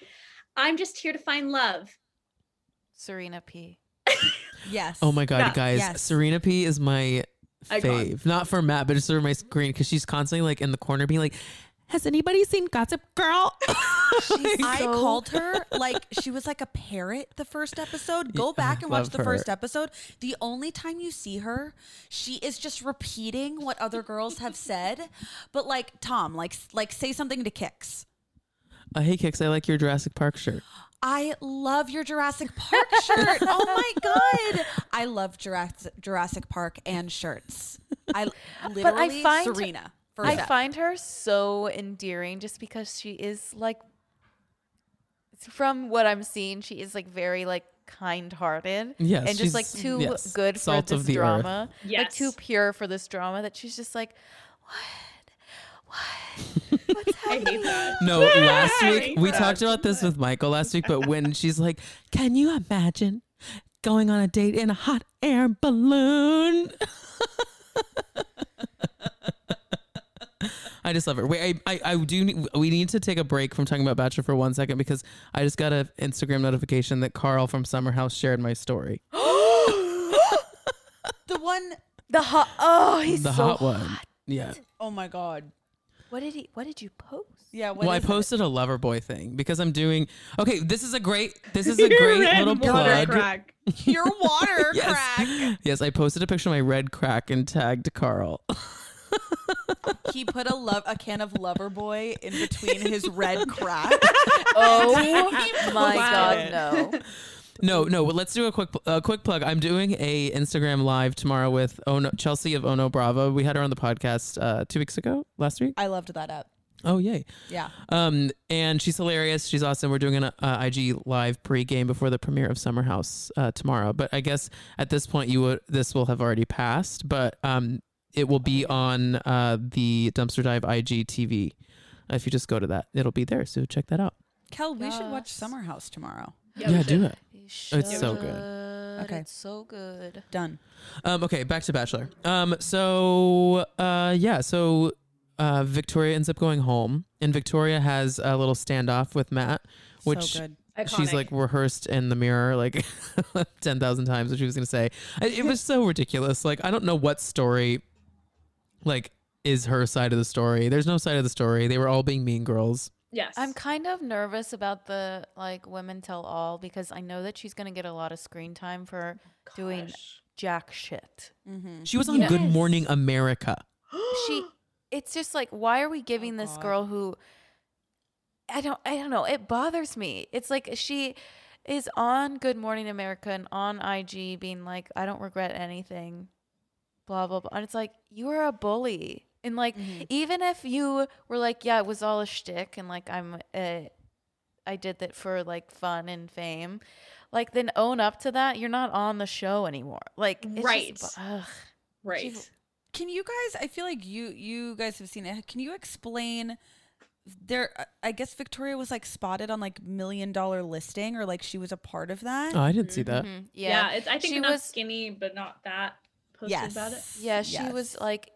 S4: "I'm just here to find love."
S2: Serena P.
S3: Yes.
S1: Oh my god,
S4: Yeah.
S1: guys,
S3: Yes.
S1: Serena P is my
S4: Icon.
S1: fave. Not for Matt, but just for my screen because she's constantly like in the corner being like, "Has anybody seen Gossip Girl?"
S2: She's
S3: I
S2: so-
S3: called her like she was like a parrot the first episode. Go back and watch
S1: love
S3: the
S1: her.
S3: first episode. The only time you see her, she is just repeating what other girls have said. But like Tom, like like say something to Kicks.
S1: Uh, hey, Kix, I like your Jurassic Park shirt.
S3: I love your Jurassic Park shirt. oh my god, I love Jurassic Jurassic Park and shirts. I literally
S2: find-
S3: Serena. First
S2: I
S3: up.
S2: find her so endearing just because she is like from what I'm seeing, she is like very like kind-hearted
S1: Yes,
S2: and just like
S1: she's-
S2: too
S1: yes,
S2: good for
S1: salt
S2: this
S1: of the earth.
S2: drama. Like too
S4: Yes.
S2: pure for this drama that she's just like
S4: I hate that.
S1: No, last
S4: Yay!
S1: week we talked about this with Michael last week, but when she's like, "Can you imagine going on a date in a hot air balloon?" I just love her. Wait, I, I, I do. need- We need to take a break from talking about Bachelor for one second because I just got an Instagram notification that Carl from Summer House shared my story.
S3: the one
S2: the hot oh he's
S1: the
S2: so
S1: hot one. Yeah.
S3: Oh my god.
S2: What did he what did you post?
S3: Yeah. what
S1: well, I
S3: is it?
S1: posted a lover boy thing because I'm doing. Okay, this is a great. This is a great little plug.
S4: crack.
S3: your water crack.
S1: Yes, I posted a picture of my red crack and tagged Carl.
S3: He put a love a can of Lover Boy in between his red crack.
S2: Oh my
S4: Wow.
S2: god, no.
S1: no, no, but let's do a quick a quick plug. I'm doing a Instagram live tomorrow with Ono Chelsea of Ono Bravo. We had her on the podcast uh, two weeks ago, last week.
S3: I loved that up.
S1: Oh yay!
S3: Yeah.
S1: Um, and she's hilarious. She's awesome. We're doing an uh, IG live pregame before the premiere of Summer House uh, tomorrow. But I guess at this point, you would this will have already passed. But um, it will be on uh, the Dumpster Dive IG TV. If you just go to that, it'll be there. So check that out.
S3: Kel, we should watch
S2: Yes.
S3: Summer House tomorrow.
S1: Yeah, do it. It's so good.
S3: Okay.
S2: Okay. It's so good.
S3: Done.
S1: Um, okay, back to Bachelor. Um, so uh, yeah, so uh, Victoria ends up going home, and Victoria has a little standoff with Matt, which
S3: so good.
S1: she's like rehearsed in the mirror like 10,000 times what she was going to say. I- It was so ridiculous. Like I don't know what story like is her side of the story. There's no side of the story. They were all being mean girls.
S4: yes.
S2: I'm kind of nervous about the like women tell all because I know that she's gonna get a lot of screen time for doing
S4: Gosh.
S2: jack shit.
S3: Mm-hmm.
S1: She was on Good
S4: Yes.
S1: Morning America.
S2: She it's just like why are we giving this
S3: God.
S2: girl who I don't I don't know, it bothers me. It's like she is on Good Morning America and on IG being like, I don't regret anything, blah blah blah. And it's like, you are a bully. And like even if you were like, Yeah, it was all a shtick and like I'm a uh, I did that for like fun and fame, like then own up to that. You're not on the show anymore. Like it's just
S4: Right.
S2: bu- ugh.
S4: Right.
S3: Can you guys? I feel like you you guys have seen it. Can you explain? There, I guess Victoria was like spotted on like million dollar listing, or like she was a part of that.
S1: Oh, I didn't see that.
S2: Mhm.
S4: Yeah.
S2: Yeah.
S4: it's, I think
S2: She
S4: enough
S2: was-
S4: skinny, but not that posted about it.
S2: Yeah, she was
S3: Yes.
S2: like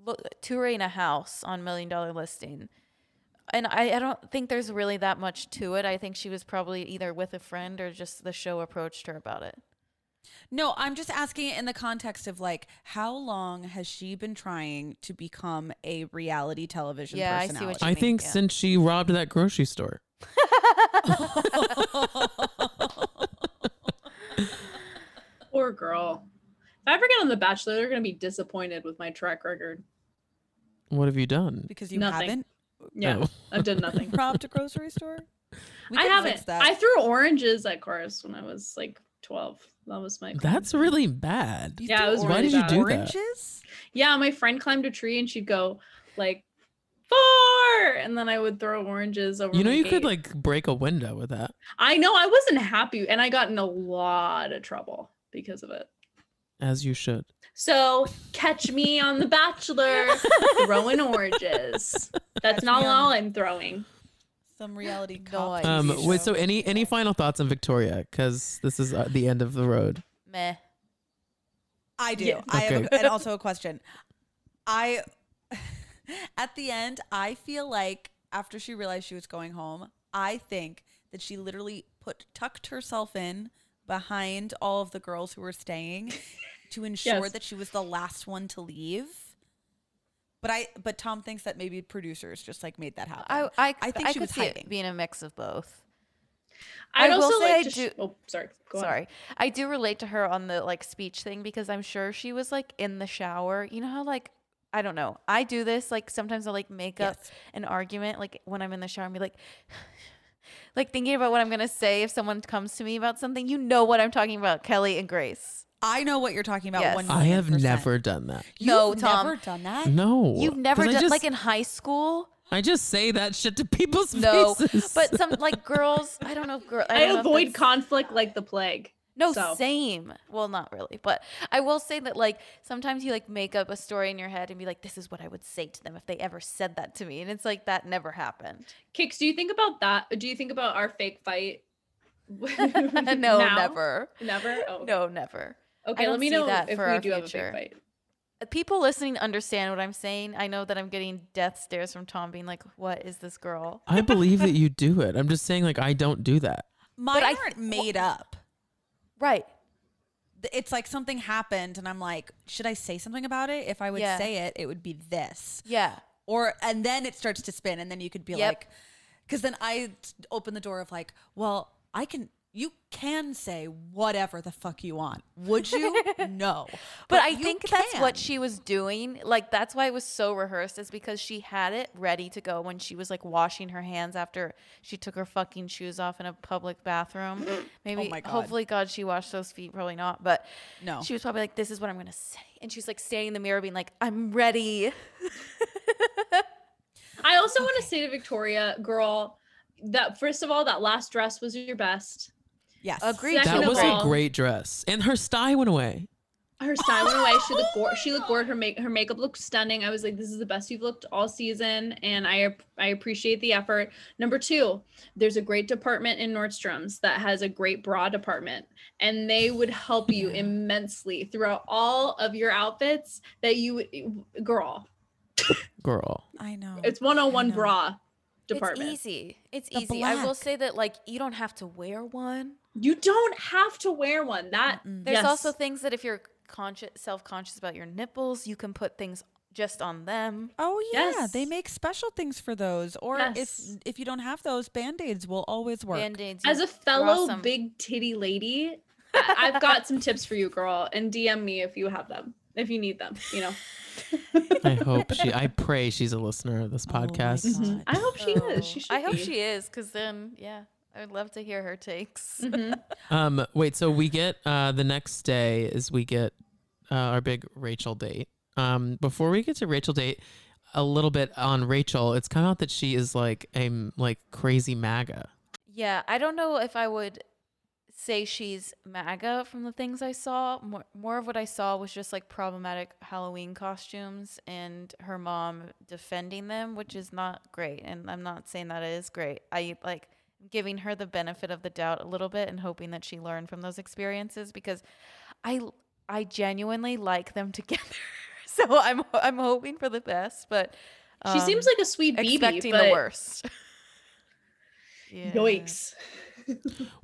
S2: lo- touring a house on Million Dollar Listing. And I, I don't think there's really that much to it. I think she was probably either with a friend or just the show approached her about it.
S3: No, I'm just asking it in the context of like how long has she been trying to become a reality television
S2: Yeah, I see
S3: personality?
S2: what
S1: I
S2: mean,
S1: think
S2: yeah.
S1: since she robbed that grocery store.
S4: Poor girl. If I ever get on The Bachelor, they're going to be disappointed with my track record.
S1: What have you done?
S3: because you
S4: Nothing.
S3: haven't
S4: Yeah,
S1: Oh.
S4: I've done nothing.
S3: robbed a grocery store. We
S4: I
S3: can
S4: haven't.
S3: fix
S4: I threw oranges at cars when I was like 12. That was my. crime.
S1: That's really bad.
S3: You
S4: Yeah,
S3: threw
S4: it was
S1: Why
S4: really
S1: did you
S4: bad.
S1: do that?
S3: oranges?
S4: Yeah, my friend climbed a tree and she'd go like four, and then I would throw oranges over.
S1: You know
S4: my
S1: you could
S4: gate.
S1: like break a window with that.
S4: I know I wasn't happy, and I got in a lot of trouble because of it.
S1: As you should.
S4: So catch me on The Bachelor throwing oranges. That's not
S3: me on-
S4: all I'm throwing.
S3: Some reality
S2: No
S3: cop
S2: idea.
S1: Um
S3: TV
S1: wait,
S3: show.
S1: so any any final thoughts on Victoria cuz this is uh, the end of the road.
S2: Meh.
S3: I do.
S4: Yeah.
S3: I have
S1: Okay.
S3: a, and also a question. I at the end, I feel like after she realized she was going home, I think that she literally put tucked herself in behind all of the girls who were staying to ensure
S4: Yes.
S3: that she was the last one to leave. But I but Tom thinks that maybe producers just like made that happen.
S2: I I,
S3: I think
S2: I
S3: she
S2: could
S3: was
S2: see
S3: hiding.
S2: it being a mix of both.
S4: I'd
S2: I will
S4: also
S2: say
S4: like
S2: I
S4: to. Sh-
S2: do-
S4: oh, sorry. Go on.
S2: Sorry. I do relate to her on the like speech thing because I'm sure she was like in the shower. You know how like I don't know. I do this like sometimes I'll like make up
S3: Yes.
S2: an argument like when I'm in the shower and be like like thinking about what I'm going to say if someone comes to me about something. You know what I'm talking about, Kelly and Grace.
S3: I know what you're talking about.
S2: Yes.
S3: One
S1: I have
S3: million percent.
S1: never done that.
S3: You've
S2: No, Tom.
S3: never done that.
S1: No.
S2: You've
S1: 'cause
S2: never
S1: I
S2: done
S1: just,
S2: like in high school?
S1: I just say that shit to people's
S2: No.
S1: faces.
S2: But some like girls, I don't know girl I,
S4: I,
S2: don't know if
S4: avoid
S2: that's-
S4: conflict like the plague.
S2: No,
S4: So-
S2: same. Well, not really, but I will say that like sometimes you like make up a story in your head and be like, "This is what I would say to them if they ever said that to me," and it's like that never happened.
S4: Kicks, do you think about that? Do you think about our fake fight? no,
S2: no, never.
S4: Never? Oh,
S2: No, never.
S4: Okay,
S2: don't
S4: let me
S2: see
S4: know
S2: that
S4: if
S2: for
S4: we
S2: our
S4: do have a fake
S2: future.
S4: fight.
S2: People listening understand what I'm saying. I know that I'm getting death stares from Tom, being like, "What is this girl?"
S1: I believe that you do it. I'm just saying like I don't do that.
S3: Mine
S2: I-
S3: aren't made up.
S2: Right.
S3: th- it's like something happened and I'm like, should I say something about it? If I would
S2: Yeah.
S3: say it, it would be this.
S2: Yeah.
S3: Or and then it starts to spin and then you could be
S2: Yep.
S3: like cuz then I t- open the door of like, well, I can you can say whatever the fuck you want. Would you? no.
S2: But, I
S3: you
S2: think that's what
S3: can.
S2: she was doing. Like that's why it was so rehearsed is because she had it ready to go when she was like washing her hands after she took her fucking shoes off in a public bathroom. Maybe
S3: Oh my God.
S2: hopefully God she washed those feet, probably not, but
S3: No.
S2: She was probably like this is what I'm going to say. And she's like standing in the mirror being like I'm ready.
S4: I also want to say to Victoria, girl, that first of all, that last dress was your best.
S3: Yes.
S2: Agreed.
S4: Second
S1: That
S4: of
S1: was
S4: all-
S1: a great dress. And her sty went away.
S4: Her style went away. She looked gore. She looked gorgeous. Her make her makeup looked stunning. I was like, this is the best you've looked all season, and I ap- I appreciate the effort. Number two, there's a great department in Nordstrom's that has a great bra department, and they would help you immensely throughout all of your outfits. That you, would- girl,
S1: Girl.
S3: I know.
S4: it's 101
S3: know.
S4: bra department.
S2: It's easy. It's
S3: The
S2: easy. I will
S3: black.
S2: say that like you don't have to wear one.
S4: You don't have to wear one. That
S2: There's
S4: yes.
S2: also things that if you're conscious self-conscious about your nipples, you can put things just on them.
S3: Oh yeah, they
S4: Yes.
S3: make special things for those. Or
S4: Yes.
S3: if if you don't have those, band-aids will always work.
S2: Band-aids. you
S4: as a
S2: draw
S4: fellow
S2: some-
S4: big titty lady I- i've got some tips for you girl and dm me if you have them if you need them you know
S1: I hope she I pray she's a listener of this
S3: Oh my
S1: podcast.
S3: God.
S4: i hope she
S2: Oh,
S4: is she should
S2: I hope
S4: be.
S2: she is, because then, yeah, I would love to hear her takes.
S4: Mhm.
S1: Um wait, so we get uh the next day is we get uh, our big Rachel date. Um before we get to Rachel date, a little bit on Rachel, it's come out that she is like a m- like crazy MAGA.
S2: Yeah, I don't know if I would say she's MAGA from the things I saw. More, more of what I saw was just like problematic Halloween costumes and her mom defending them, which is not great. And I'm not saying that it is great. I like giving her the benefit of the doubt a little bit and hoping that she learned from those experiences because I I genuinely like them together. so I'm I'm hoping for the best, but
S4: She seems
S2: um,
S4: like a sweet BB,
S2: expecting
S4: but
S2: the worst. yeah.
S4: yikes.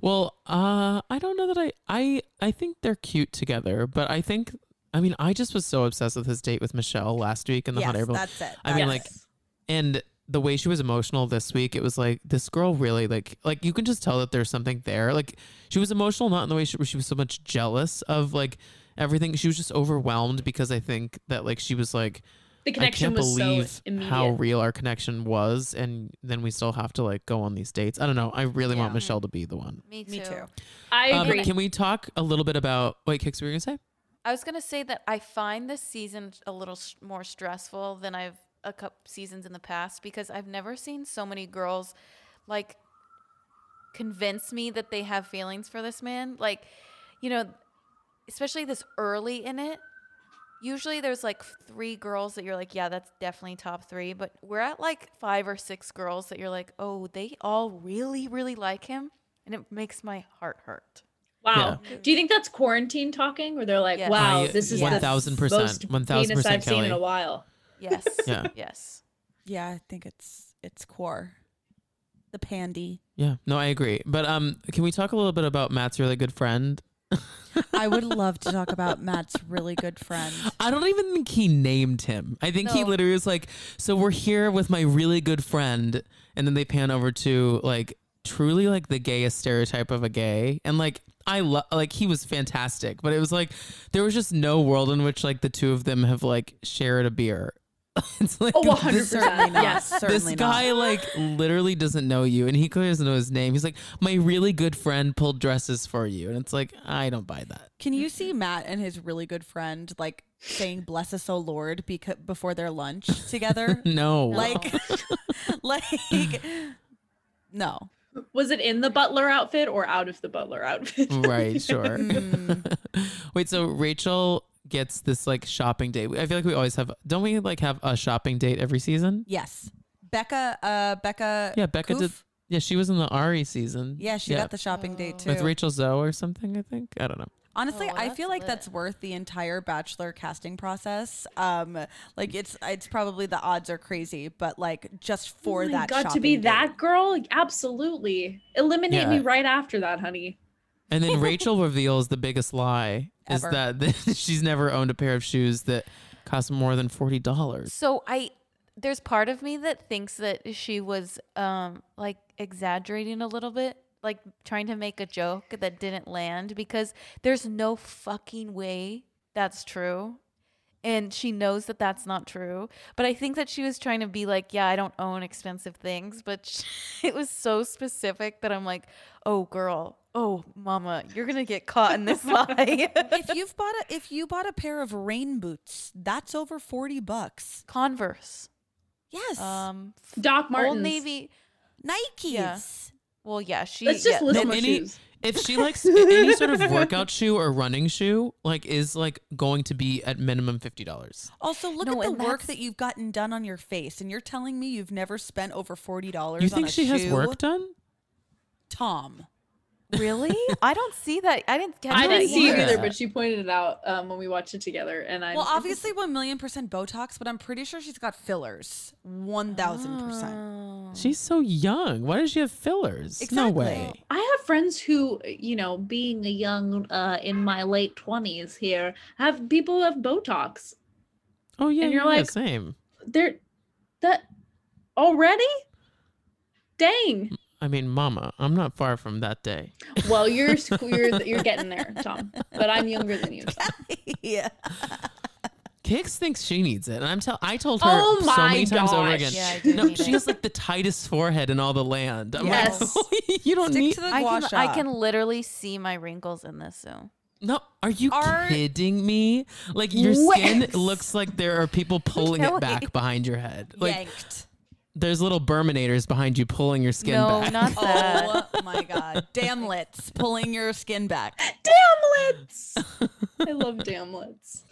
S1: Well, uh, I don't know that I, I, I think they're cute together, but I think, I mean, I just was so obsessed with his date with Michelle last week in the hot air balloon,
S3: that's it.
S1: I mean, like,
S3: That's it.
S1: and the way she was emotional this week, it was like this girl really like, like you can just tell that there's something there. Like she was emotional, not in the way she, she was so much jealous of like everything. She was just overwhelmed because I think that like she was like,
S4: The connection
S1: I can't
S4: was
S1: believe
S4: so immediate.
S1: how real our connection was, and then we still have to like go on these dates. I don't know. I really want
S2: Yeah.
S1: Michelle to be the one.
S2: Me too.
S3: Me too.
S4: I
S1: Um,
S4: agree.
S1: can we talk a little bit about wait, Kix? What were you gonna say?
S2: I was gonna say that I find this season a little s- more stressful than I've a couple seasons in the past because I've never seen so many girls like convince me that they have feelings for this man. Like, you know, especially this early in it. Usually there's like three girls that you're like, yeah, that's definitely top three. But we're at like five or six girls that you're like, oh, they all really, really like him. And it makes my heart hurt.
S4: wow. Do you think that's quarantine talking where they're like,
S2: Yes.
S4: wow,
S1: I-
S4: this is the
S1: 1000%,
S4: most
S1: 1000%
S4: penis I've seen
S1: Kelly.
S4: in a while.
S2: Yes.
S1: Yeah.
S2: Yes.
S3: Yeah, I think it's it's core. The pandy.
S1: Yeah, no, I agree. But um, can we talk a little bit about Matt's really good friend?
S3: I would love to talk about Matt's really good friend.
S1: I don't even think he named him. I think he
S2: No.
S1: literally was like, "So we're here with my really good friend," and then they pan over to like truly like the gayest stereotype of a gay, and like I love like he was fantastic, but it was like there was just no world in which like the two of them have like shared a beer. it's like
S4: Oh,
S1: this-
S4: 100%.
S3: Certainly not.
S4: Yes.
S1: this
S3: Certainly
S1: guy
S3: not.
S1: like literally doesn't know you and he clearly doesn't know his name he's like my really good friend pulled dresses for you and it's like i don't buy that
S3: Can you see Matt and his really good friend like saying "Bless us, O Lord" because before their lunch together?
S1: no
S3: Like, like, no.
S4: Was it in the butler outfit or out of the butler outfit?
S1: right sure
S3: Mm.
S1: wait so rachel gets this like shopping date i feel like we always have don't we like have a shopping date every season
S3: Yes, Becca. Uh, Becca.
S1: yeah becca did
S3: Koof?
S1: yeah she was in the ari season
S3: Yeah, she got the shopping date
S2: Oh.
S3: too.
S1: with rachel zoe or something i think i don't know
S3: Honestly,
S2: Oh,
S3: I
S2: that's
S3: feel like
S2: lit.
S3: that's worth the entire Bachelor casting process. Um, like it's it's probably the odds are crazy, but like just for
S4: oh my
S3: that
S4: God, to be
S3: shopping
S4: that
S3: date.
S4: girl? Absolutely. Eliminate me
S1: Yeah.
S4: right after that, honey.
S1: and then rachel reveals the biggest lie is
S3: Ever.
S1: that, that she's never owned a pair of shoes that cost more than $40
S2: So I there's part of me that thinks that she was um like exaggerating a little bit, like trying to make a joke that didn't land because there's no fucking way that's true. And she knows that that's not true. But I think that she was trying to be like, yeah, I don't own expensive things. But she, it was so specific that I'm like, oh, girl, oh, mama, you're going to get caught in this lie.
S3: if you've bought a if you bought a pair of rain boots, that's over forty bucks.
S2: Converse.
S3: Yes,
S2: Um,
S4: Doc
S2: Old
S4: Martens.
S2: Navy.
S3: Nikes.
S2: yeah. Well, yeah, she.
S4: Let's just
S2: yeah,
S4: list
S1: No,
S4: more
S1: any-
S4: shoes.
S1: if she likes any sort of workout shoe or running shoe, like is like going to be at minimum fifty dollars.
S3: Also, look
S2: No,
S3: at the
S2: and
S3: work
S2: that's-
S3: that you've gotten done on your face, and you're telling me you've never spent over forty dollars.
S1: You think
S3: on a
S1: she has
S3: shoe?
S1: work done?
S3: Tom?
S2: Really? I don't see that. I didn't.
S4: I didn't see it
S1: either.
S4: either, but she pointed it out um, when we watched it together. And I
S3: Well, obviously, one million percent Botox, but I'm pretty sure she's got fillers. One thousand percent.
S4: Oh.
S1: She's so young. Why does she have fillers? No
S3: Exactly.
S1: way.
S4: I have friends who, you know, being a young uh, in my late twenties here, have people who have Botox.
S1: Oh yeah,
S4: And you're
S1: yeah,
S4: like-
S1: same.
S4: They're that already. Dang.
S1: I mean, Mama, I'm not far from that day.
S4: Well, you're squ- you're you're getting there, Tom. But I'm younger than you. Tom.
S2: Ah.
S3: yeah.
S1: Kix thinks she needs it, and I'm tell I told her
S4: Oh
S1: so
S4: my
S1: many times over
S4: gosh.
S1: again.
S2: Yeah, I do
S1: no,
S2: need
S1: she
S2: it.
S1: has like the tightest forehead in all the land. I'm
S4: Yes.
S1: like, you don't
S3: Stick
S1: need.
S3: to the
S2: I can,
S3: gua
S2: I
S3: sha.
S2: can literally see my wrinkles in this soon.
S1: No, are you
S3: Are-
S1: kidding me? Like your skin looks like there are people pulling it
S2: Kelly.
S1: back behind your head. Like
S3: yanked.
S1: There's little Berminators behind you pulling your skin
S2: no,
S1: back.
S2: not that.
S3: Oh my god. Damlets pulling your skin back.
S4: Damlets! I love damlets.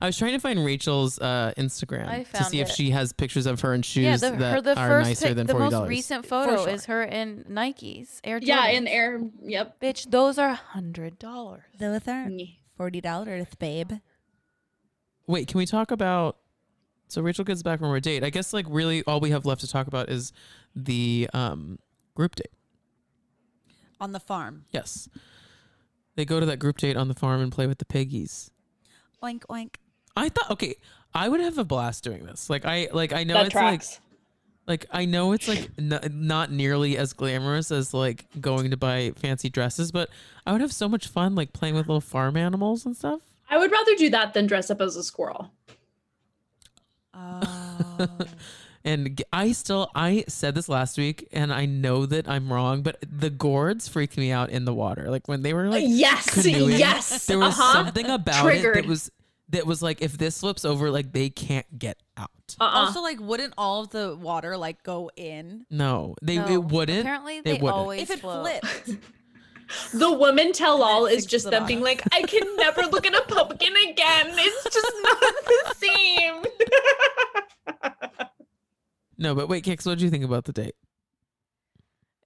S1: I was trying to find Rachel's uh, Instagram
S2: I
S1: to see
S2: found
S1: if
S2: it.
S1: she has pictures of her in shoes
S2: yeah, the,
S1: that
S2: her, the
S1: are
S2: first
S1: nicer
S2: pic-
S1: than
S2: the
S1: forty
S2: most
S1: dollars.
S2: recent photo
S3: sure.
S2: is her in Nikes Air Jordans.
S4: Yeah, in air. Yep.
S2: Bitch, those are hundred dollars.
S3: Those are
S4: Nyeh.
S3: forty dollars, babe.
S1: Wait, can we talk about? So Rachel gets back from her date. I guess like really all we have left to talk about is the um, group date.
S3: On the farm.
S1: Yes, they go to that group date on the farm and play with the piggies.
S3: Oink oink.
S1: I thought, okay, I would have a blast doing this. Like I like I know
S4: that
S1: it's
S4: tracks.
S1: like like I know it's like n- not nearly as glamorous as like going to buy fancy dresses, but I would have so much fun like playing with little farm animals and stuff.
S4: I would rather do that than dress up as a squirrel.
S3: Oh.
S1: And g- I still I said this last week, and I know that I'm wrong, but the gourds freaked me out in the water. Like when they were like
S4: yes,
S1: canoeing,
S4: yes.
S1: there was
S4: uh-huh.
S1: something about it
S4: Triggered.
S1: that was that was like if this slips over, like they can't get out.
S4: Uh-uh.
S3: also, like, wouldn't all of the water like go in?
S1: No, they
S2: No,
S1: it wouldn't.
S2: Apparently,
S1: It
S2: they
S1: wouldn't.
S2: always
S3: If it
S2: float.
S3: flipped.
S4: the woman tell all is
S3: Six
S4: just them being like,
S3: bananas.
S4: I can never look at a pumpkin again. It's just not the same.
S1: No, but wait, Kix, what do you think about the date?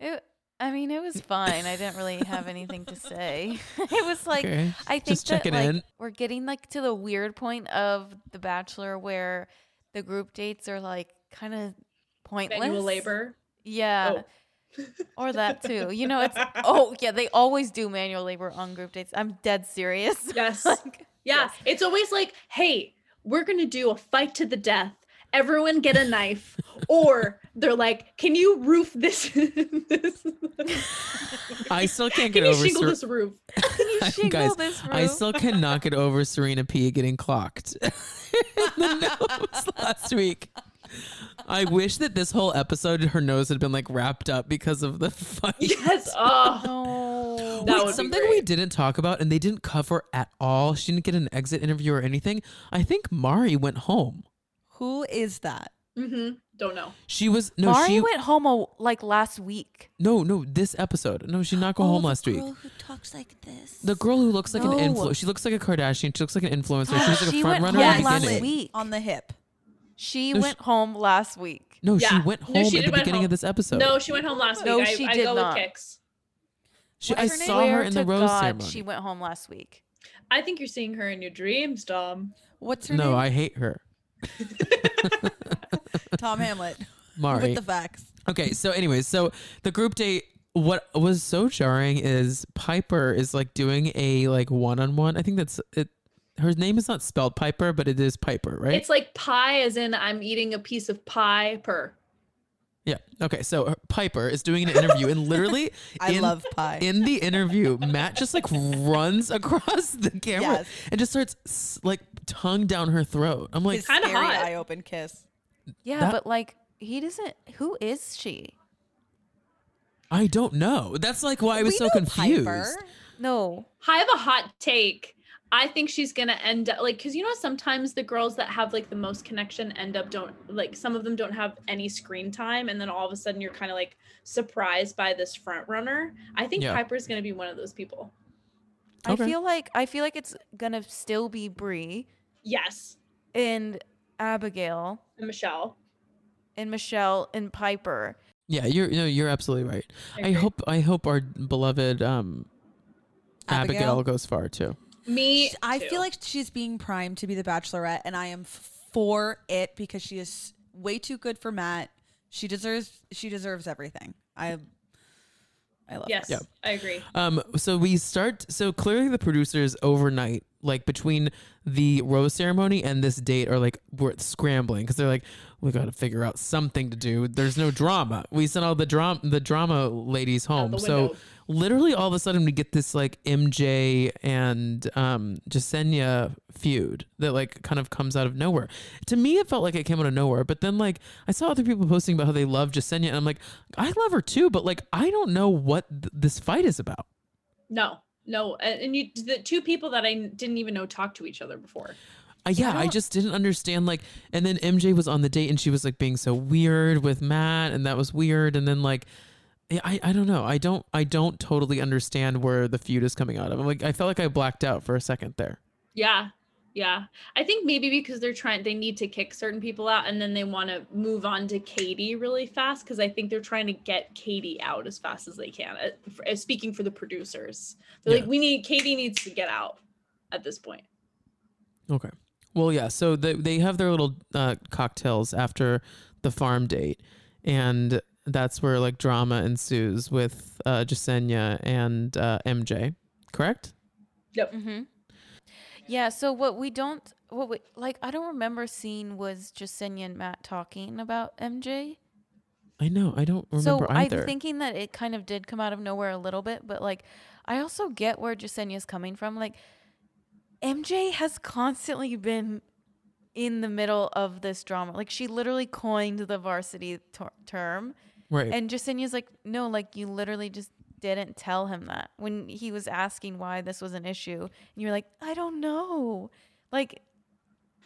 S2: It, I mean, it was fine. I didn't really have anything to say. it was like
S1: Okay.
S2: I think
S1: Just
S2: that
S1: checking
S2: like
S1: in.
S2: we're getting like to the weird point of The Bachelor where the group dates are like kind of pointless.
S4: Manual labor.
S2: Yeah.
S4: Oh.
S2: Or that too. You know, it's oh yeah, they always do manual labor on group dates. I'm dead serious.
S4: Yes.
S2: like,
S4: Yeah,
S2: Yes.
S4: it's always like, hey, we're going to do a fight to the death. Everyone get a knife. or they're like, can you roof this? this
S1: I still can't get
S4: can you
S1: over
S4: shingle
S1: Ser-
S4: this roof?
S2: can you shingle
S1: guys,
S2: this room?
S1: I still cannot get over Serena P getting clocked in the nose last week. I wish that this whole episode her nose had been like wrapped up because of the fight.
S4: Yes. Oh,
S2: no.
S4: That
S1: Wait,
S4: would be
S1: something
S4: great.
S1: we didn't talk about and they didn't cover at all. She didn't get an exit interview or anything. I think Mari went home.
S3: Who is that?
S4: hmm don't know.
S1: She was no
S2: Mari
S1: she
S2: went home a, like last week.
S1: no no this episode. No, she did not go
S4: Oh,
S1: home last week.
S3: who talks like this?
S1: The girl who looks like
S2: No.
S1: an influ She looks like a Kardashian. She looks like an influencer. She was like a
S2: She
S1: front
S2: went
S1: runner
S2: home
S1: at
S3: yes.
S1: the
S2: last
S1: beginning.
S2: week.
S3: on the hip.
S2: She
S1: No,
S2: went home last week.
S1: No, she
S4: Yeah.
S1: went
S4: No,
S1: home
S4: she
S1: at the
S4: did went
S1: beginning
S4: home.
S1: of this episode.
S4: No, she went home last week.
S2: No,
S4: I,
S2: she
S4: I
S2: did
S4: go
S2: not.
S4: with kicks.
S1: she, I
S3: What's her name?
S1: saw her
S2: Swear
S1: in
S2: to
S1: the rose
S2: God,
S1: ceremony.
S2: She went home last week.
S4: I think you're seeing her in your dreams, Dom.
S3: What's her
S1: no,
S3: name?
S1: I hate her,
S3: Tom Hamlet.
S1: Mari.
S3: With the facts.
S1: okay, so anyways, so the group date. What was so jarring is Piper is like doing a like one on one. I think that's it. Her name is not spelled Piper, but it is Piper, right?
S4: It's like pie, as in I'm eating a piece of pie per.
S1: yeah. Okay, so her- Piper is doing an interview, and literally,
S3: I
S1: in-
S3: love pie.
S1: in the interview, Matt just like runs across the camera
S3: Yes.
S1: and just starts s- like tongue down her throat. I'm like,
S3: His
S4: kinda
S3: scary
S4: hot.
S3: eye open kiss.
S2: Yeah,
S1: That-
S2: but like he doesn't. Who is she?
S1: I don't know. That's like why I was
S3: We
S1: so
S3: know
S1: confused.
S3: Piper.
S2: No.
S4: I have a hot take. I think she's gonna end up like because you know how sometimes the girls that have like the most connection end up don't like some of them don't have any screen time and then all of a sudden you're kind of like surprised by this front runner. I think
S1: Yeah.
S4: Piper's gonna be one of those people.
S1: Okay.
S2: I feel like I feel like it's gonna still be Bree
S4: Yes,
S2: and Abigail
S4: and Michelle.
S2: and Michelle and Piper.
S1: Yeah, you're no, you're absolutely right. I,
S4: agree.
S1: hope I hope our beloved um Abigail,
S3: Abigail?
S1: goes far too.
S4: Me,
S3: I
S4: too.
S3: feel like she's being primed to be the bachelorette, and I am f- for it because she is way too good for Matt. She deserves she deserves everything. I I love
S4: yes,
S1: Yeah.
S4: I agree.
S1: Um so we start so clearly the producers overnight like between the rose ceremony and this date are like we're scrambling cuz they're like we got to figure out something to do. There's no drama. We sent all the drama the drama ladies home.
S4: the
S1: So
S4: window.
S1: literally all of a sudden we get this like MJ and um Jasenia feud that like kind of comes out of nowhere. To me it felt like it came out of nowhere, but then like I saw other people posting about how they love Jasenia and I'm like I love her too, but like I don't know what th- this fight is about.
S4: No, no, a- and you the two people that I n- didn't even know talked to each other before.
S1: Uh, yeah, I,
S3: don't-
S1: just didn't understand. Like, and then MJ was on the date and she was like being so weird with Matt, and that was weird. And then like, yeah, I I don't know. I don't I don't totally understand where the feud is coming out of. I'm like I felt like I blacked out for a second there.
S4: Yeah. Yeah. I think maybe because they're trying they need to kick certain people out and then they want to move on to Katie really fast cuz I think they're trying to get Katie out as fast as they can. uh, f- uh, Speaking for the producers. They're
S1: Yeah.
S4: like we need Katie needs to get out at this point.
S1: Okay. Well, yeah. So they they have their little uh, cocktails after the farm date, and that's where like drama ensues with uh, Jasenia and uh, MJ. Correct.
S2: Mm-hmm. Yeah. So what we don't, what we like, I don't remember seeing was Jasenia and Matt talking about MJ.
S1: I know. I don't remember
S2: so
S1: either.
S2: I'm thinking that it kind of did come out of nowhere a little bit, but like, I also get where Jasenia's coming from. Like, MJ has constantly been in the middle of this drama. Like, she literally coined the varsity tor- term.
S1: right.
S2: And Jasenia's like, no, like you literally just didn't tell him that when he was asking why this was an issue, and you're like, I don't know, like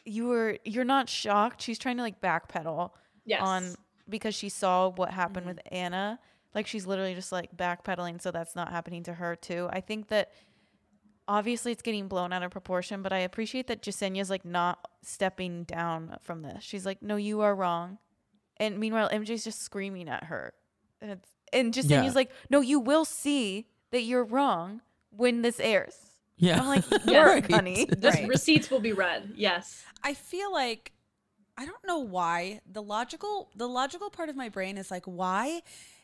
S2: you were you're not shocked. She's trying to like backpedal
S4: Yes.
S2: on because she saw what happened with
S3: Mm-hmm.
S2: Anna. Like she's literally just like backpedaling, so that's not happening to her too. I think that obviously it's getting blown out of proportion, but I appreciate that Jasenia's like not stepping down from this. She's like, "No, you are wrong," and meanwhile MJ's just screaming at her, and, it's, and Jasenia's
S1: Yeah.
S2: like, "No, you will see that you're wrong when this airs."
S1: yeah.
S2: I'm like,
S4: Yes.
S2: "Work, honey."
S4: This
S3: Right.
S4: receipts will be read. Yes.
S3: I feel like I don't know why the logical the logical part of my brain is like why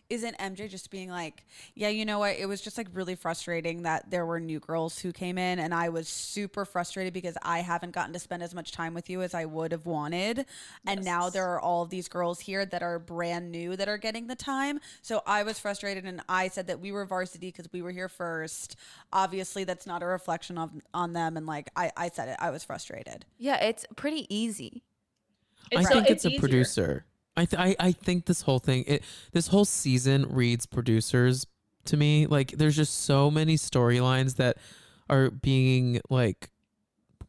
S3: isn't MJ just being like yeah you know what it was just like really frustrating that there were new girls who came in and I was super frustrated because I haven't gotten to spend as much time with you as I would have wanted and now
S4: Yes.
S3: there are all of these girls here that are brand new that are getting the time so I was frustrated and I said that we were varsity because we were here first obviously that's not a reflection on on them and like I I said it I was frustrated
S2: yeah, it's pretty easy.
S1: I
S4: so-
S1: think it's, a
S4: easier.
S1: producer. I, th- I I think this whole thing, it, this whole season reads producers to me. Like there's just so many storylines that are being like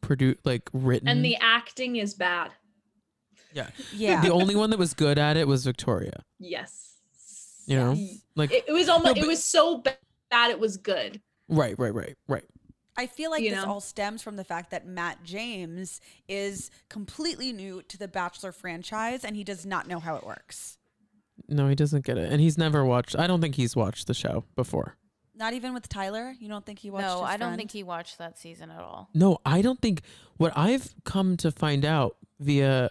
S1: produ like written.
S4: And the acting is bad.
S1: yeah.
S3: Yeah.
S1: The only one that was good at it was Victoria.
S4: Yes.
S1: You know,
S4: Yes.
S1: like
S4: It, it was almost
S1: but-
S4: it was so ba- bad it was good.
S1: right, right, right, right.
S3: I feel like
S4: You
S3: this
S4: know?
S3: all stems from the fact that Matt James is completely new to the Bachelor franchise and he does not know how it works.
S1: No, he doesn't get it, and he's never watched. I don't think he's watched the show before.
S3: Not even with Tyler. You don't think he watched?
S2: No,
S3: his
S2: I don't
S3: friend?
S2: think he watched that season at all.
S1: No, I don't think what I've come to find out via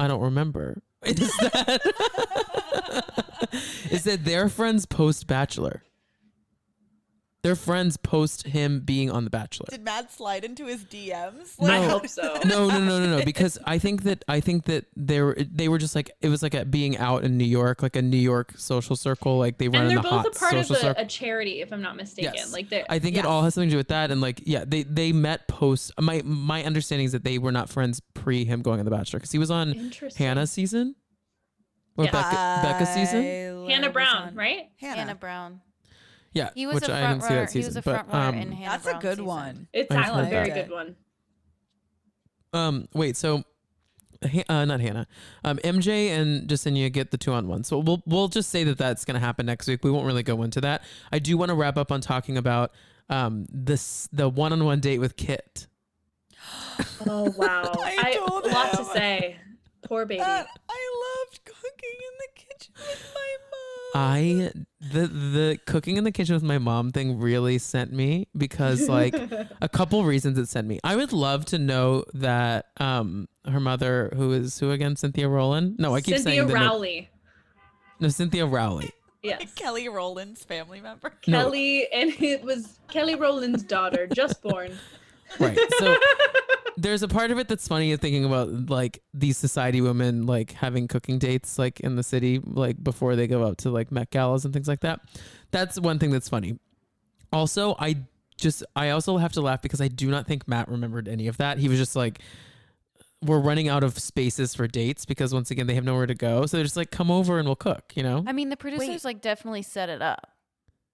S1: I don't remember is that is that their friends post Bachelor. Their friends post him being on The Bachelor.
S3: Did Matt slide into his DMs?
S1: No.
S4: I hope so.
S1: no, no, no, no, no. Because I think that I think that they were they were just like it was like a being out in New York, like a New York social circle. Like they run
S4: and
S1: in
S4: they're
S1: the
S4: both
S1: hot
S4: a part of
S1: social circle.
S4: the, a charity, if I'm not mistaken.
S1: Yes.
S4: Like they're
S1: I think it
S3: Yeah.
S1: all has something to do with that. And like, yeah, they they met post. My my understanding is that they were not friends pre him going on The Bachelor because he was on
S4: interesting.
S1: Hannah season or
S4: Yeah.
S1: Becca, Becca season.
S3: Tyler
S4: Hannah
S3: was
S4: Brown,
S3: on-
S4: right?
S3: Hannah.
S2: Anna Brown.
S1: Yeah,
S2: He was
S1: which
S2: a
S1: I
S2: front
S1: didn't see
S2: runner.
S1: that
S2: He was
S1: season.
S2: a front
S1: But
S2: runner in
S1: um,
S2: Hannah
S3: That's a
S2: Brown's
S3: good
S2: season.
S3: one.
S4: It's
S1: I've
S4: Tyler,
S1: heard
S4: very
S3: that.
S4: good one.
S1: um, wait, so. Ha- Uh, not Hannah, um, MJ and Jasenia get the two on one. So we'll we'll just say that that's going to happen next week. We won't really go into that. I do want to wrap up on talking about um, this the one on one date with Kit.
S4: Oh wow.
S3: I told
S4: a lot to
S3: him.
S4: say. Poor baby.
S3: Uh, I loved cooking in the kitchen with my mom.
S1: I the the cooking in the kitchen with my mom thing really sent me because like a couple reasons it sent me. I would love to know that um her mother who is who again Cynthia Rowland? No, I keep
S4: Cynthia
S1: saying the no,
S4: Rowley.
S1: no Cynthia Rowley.
S4: Yes.
S3: Kelly Rowland's family member.
S1: No.
S4: Kelly and it was Kelly Rowland's daughter, just born.
S1: Right. So there's a part of it that's funny of thinking about like these society women like having cooking dates like in the city like before they go out to like Met galas and things like that. That's one thing that's funny. Also, I just I also have to laugh because I do not think Matt remembered any of that. He was just like we're running out of spaces for dates because once again they have nowhere to go. So they're just like come over and we'll cook, you know?
S2: I mean, the producers like definitely set it up.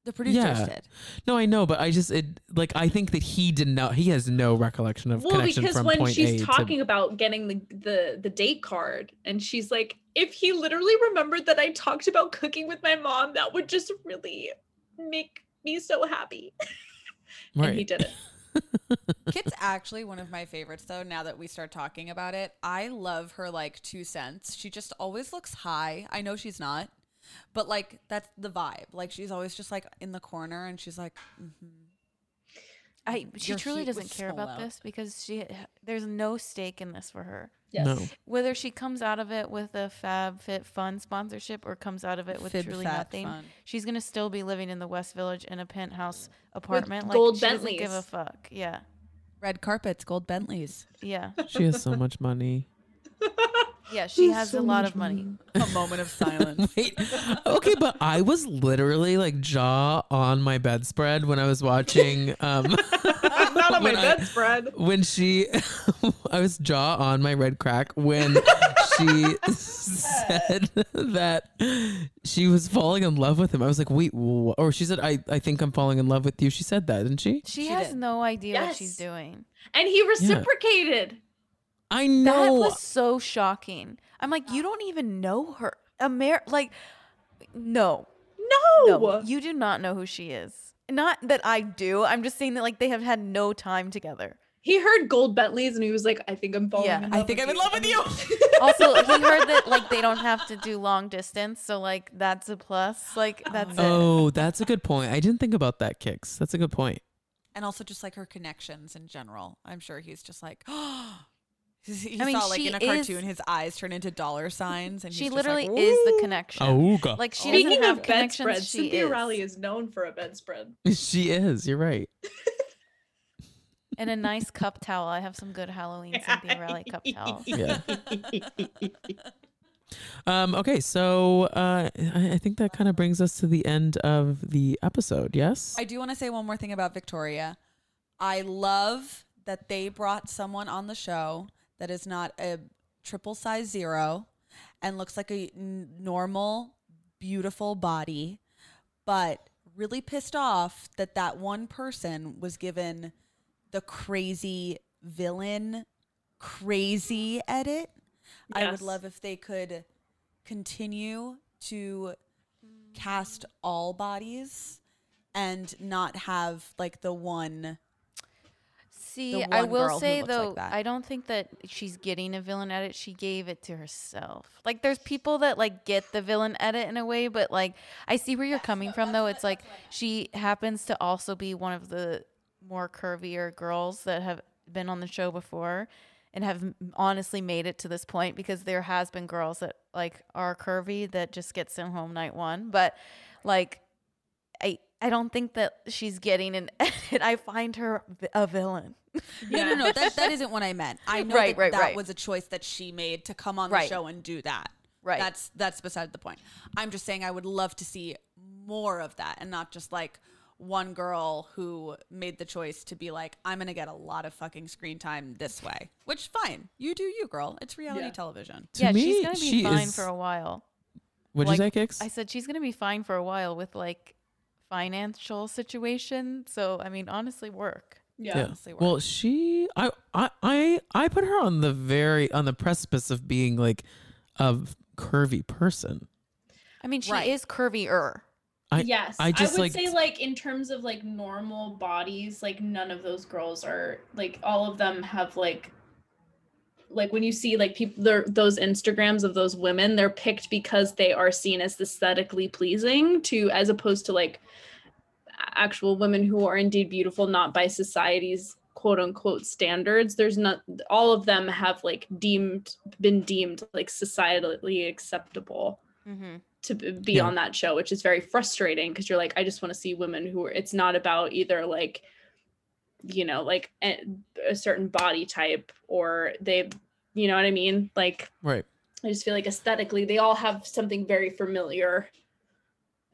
S3: The producers
S1: Yeah.
S3: did.
S1: No, I know, but I just it like I think that he did not. He has no recollection of
S4: well
S1: connection
S4: because
S1: from
S4: when
S1: point
S4: she's
S1: A
S4: talking
S1: to.
S4: about getting the, the the date card and she's like if he literally remembered that i talked about cooking with my mom that would just really make me so happy and he
S1: Right.
S4: did it
S3: Kit's actually one of my favorites, though. Now that we start talking about it, I love her like two cents. She just always looks high. I know she's not, but like that's the vibe. Like she's always just like in the corner, and she's like, mm-hmm.
S2: I she
S3: Your
S2: truly
S3: heat was
S2: doesn't care
S3: so
S2: about
S3: low.
S2: this because she there's no stake in this for her.
S4: yes
S1: No.
S2: Whether she comes out of it with a FabFitFun sponsorship or comes out of it with
S3: Fib
S2: truly
S3: fab
S2: nothing,
S3: fun.
S2: she's gonna still be living in the West Village in a penthouse apartment. like
S4: gold
S2: she doesn't give a
S4: Bentleys.
S2: fuck. Yeah,
S3: red carpets, gold Bentleys,
S2: yeah,
S1: She has so much money.
S2: yeah. She has a lot of money.
S3: a moment of silence.
S1: Wait. Okay, but I was literally like jaw on my bedspread when I was watching um
S4: i'm not on my
S1: When I-
S4: bedspread
S1: when she I was jaw on my red crack when she said that she was falling in love with him. I was like, "Wait, wha- or she said I I think I'm falling in love with you." She said that, didn't she?
S2: She,
S3: She
S2: has
S3: did.
S2: no idea what she's
S4: Yes.
S2: doing.
S4: and he reciprocated
S1: I
S2: That
S1: know.
S2: was so shocking. I'm like, you don't even know her. Amer like no.
S4: no,
S2: No, you do not know who she is. Not that I do. I'm just saying that like they have had no time together.
S4: he heard gold bentleys and he was like i think i'm falling
S2: Yeah,
S4: in
S1: I
S4: love
S1: think
S4: with
S1: I'm in
S4: you."
S1: love with you.
S2: Also, he heard that like they don't have to do long distance, so like that's a plus. Like that's it.
S1: oh, that's a good point. I didn't think about that, Kicks. That's a good point.
S3: and also just like her connections in general. I'm sure he's just like, oh. He
S2: I mean,
S3: saw like
S2: she
S3: in a
S2: is-
S3: cartoon, his eyes turn into dollar signs, and
S2: She
S3: he's
S2: literally
S3: just like,
S2: is the
S3: "Ooh."
S2: connection.
S1: Oh, God.
S2: Like she doesn't
S4: speaking
S2: have
S4: of
S2: connections.
S4: bedspread
S2: she
S4: cynthia
S2: is.
S4: riley is known for a bedspread
S1: she is. You're right.
S2: and a nice cup towel. I have some good Halloween Cynthia Riley cup towels.
S1: Yeah. Um, okay, so uh, I I think that kind of brings us to the end of the episode. Yes.
S3: I do want to say one more thing about Victoria. I love that they brought someone on the show that is not a triple size zero and looks like a n- normal, beautiful body, but really pissed off that that one person was given the crazy villain, crazy edit. I would
S4: Yes.
S3: love if they could continue to cast all bodies and not have like the one
S2: See,
S3: the
S2: I
S3: one girl
S2: will
S3: who
S2: say
S3: looks like
S2: though,
S3: that.
S2: I don't think that she's getting a villain edit. She gave it to herself. Like, there's people that like get the villain edit in a way, but like, I see where you're coming from though. It's like she happens to also be one of the more curvier girls that have been on the show before and have m- honestly made it to this point because there has been girls that like are curvy that just get sent home night one, but like I I don't think that she's getting an edit. I find her vi- a villain.
S3: No, no, no. That, that isn't what I meant. I know
S2: Right,
S3: that,
S2: right,
S3: that
S2: right.
S3: was a choice that she made to come on
S2: Right.
S3: the show and do that.
S2: Right.
S3: That's that's beside the point. I'm just saying I would love to see more of that and not just like one girl who made the choice to be like, I'm gonna get a lot of fucking screen time this way. Which fine. You do you, girl. It's reality
S4: Yeah.
S3: television.
S1: To
S2: yeah,
S1: me,
S2: she's gonna be
S1: she
S2: fine
S1: is-
S2: for a while.
S1: What'd you say,
S2: like,
S1: Kicks?
S2: I said she's gonna be fine for a while with like financial situation. So I mean, honestly, work.
S4: yeah,
S3: honestly work.
S1: Well, she, I, I, I, I put her on the very on the precipice of being like a curvy person.
S2: I mean, she
S3: Right.
S2: is curvier.
S1: I-
S4: yes
S1: I just,
S4: would
S1: like-
S4: say like in terms of like normal bodies like none of those girls are like all of them have like like when you see like people their- those instagrams of those women they're picked because they are seen as aesthetically pleasing to as opposed to like a- actual women who are indeed beautiful not by society's quote unquote standards there's not all of them have like deemed been deemed like societally acceptable
S2: Mm-hmm.
S4: to b- be
S1: Yeah.
S4: on that show, which is very frustrating because you're like, I just want to see women who are, it's not about either like, you know, like a, a certain body type or they, you know what I mean? Like,
S1: Right.
S4: I just feel like aesthetically, they all have something very familiar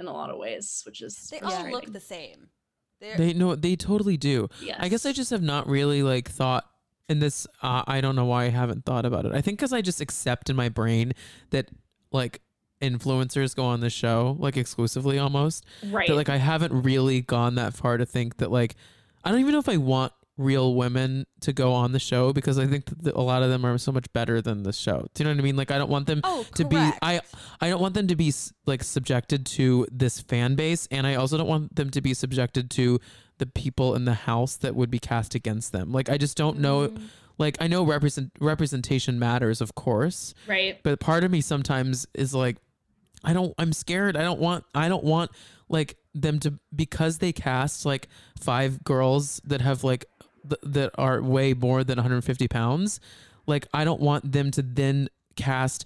S4: in a lot of ways, which is
S3: They all
S4: frustrating.
S3: look the same. They're,
S1: They know they totally do.
S4: Yes.
S1: I guess I just have not really like thought in this. Uh, I don't know why I haven't thought about it. I think because I just accept in my brain that like influencers go on the show like exclusively almost
S4: right
S1: that like I haven't really gone that far to think that like I don't even know if I want real women to go on the show because I think that a lot of them are so much better than the show. Do you know what I mean? Like I don't want them
S3: Oh,
S1: to be I
S3: correct.
S1: I don't want them to be s- like subjected to this fan base and I also don't want them to be subjected to the people in the house that would be cast against them. Like I just don't
S3: Mm.
S1: know
S3: Mm-hmm.
S1: like I know represent representation matters of course,
S4: right
S1: but part of me sometimes is like i don't i'm scared i don't want i don't want like them to because they cast like five girls that have like th- that are way more than 150 pounds like i don't want them to then cast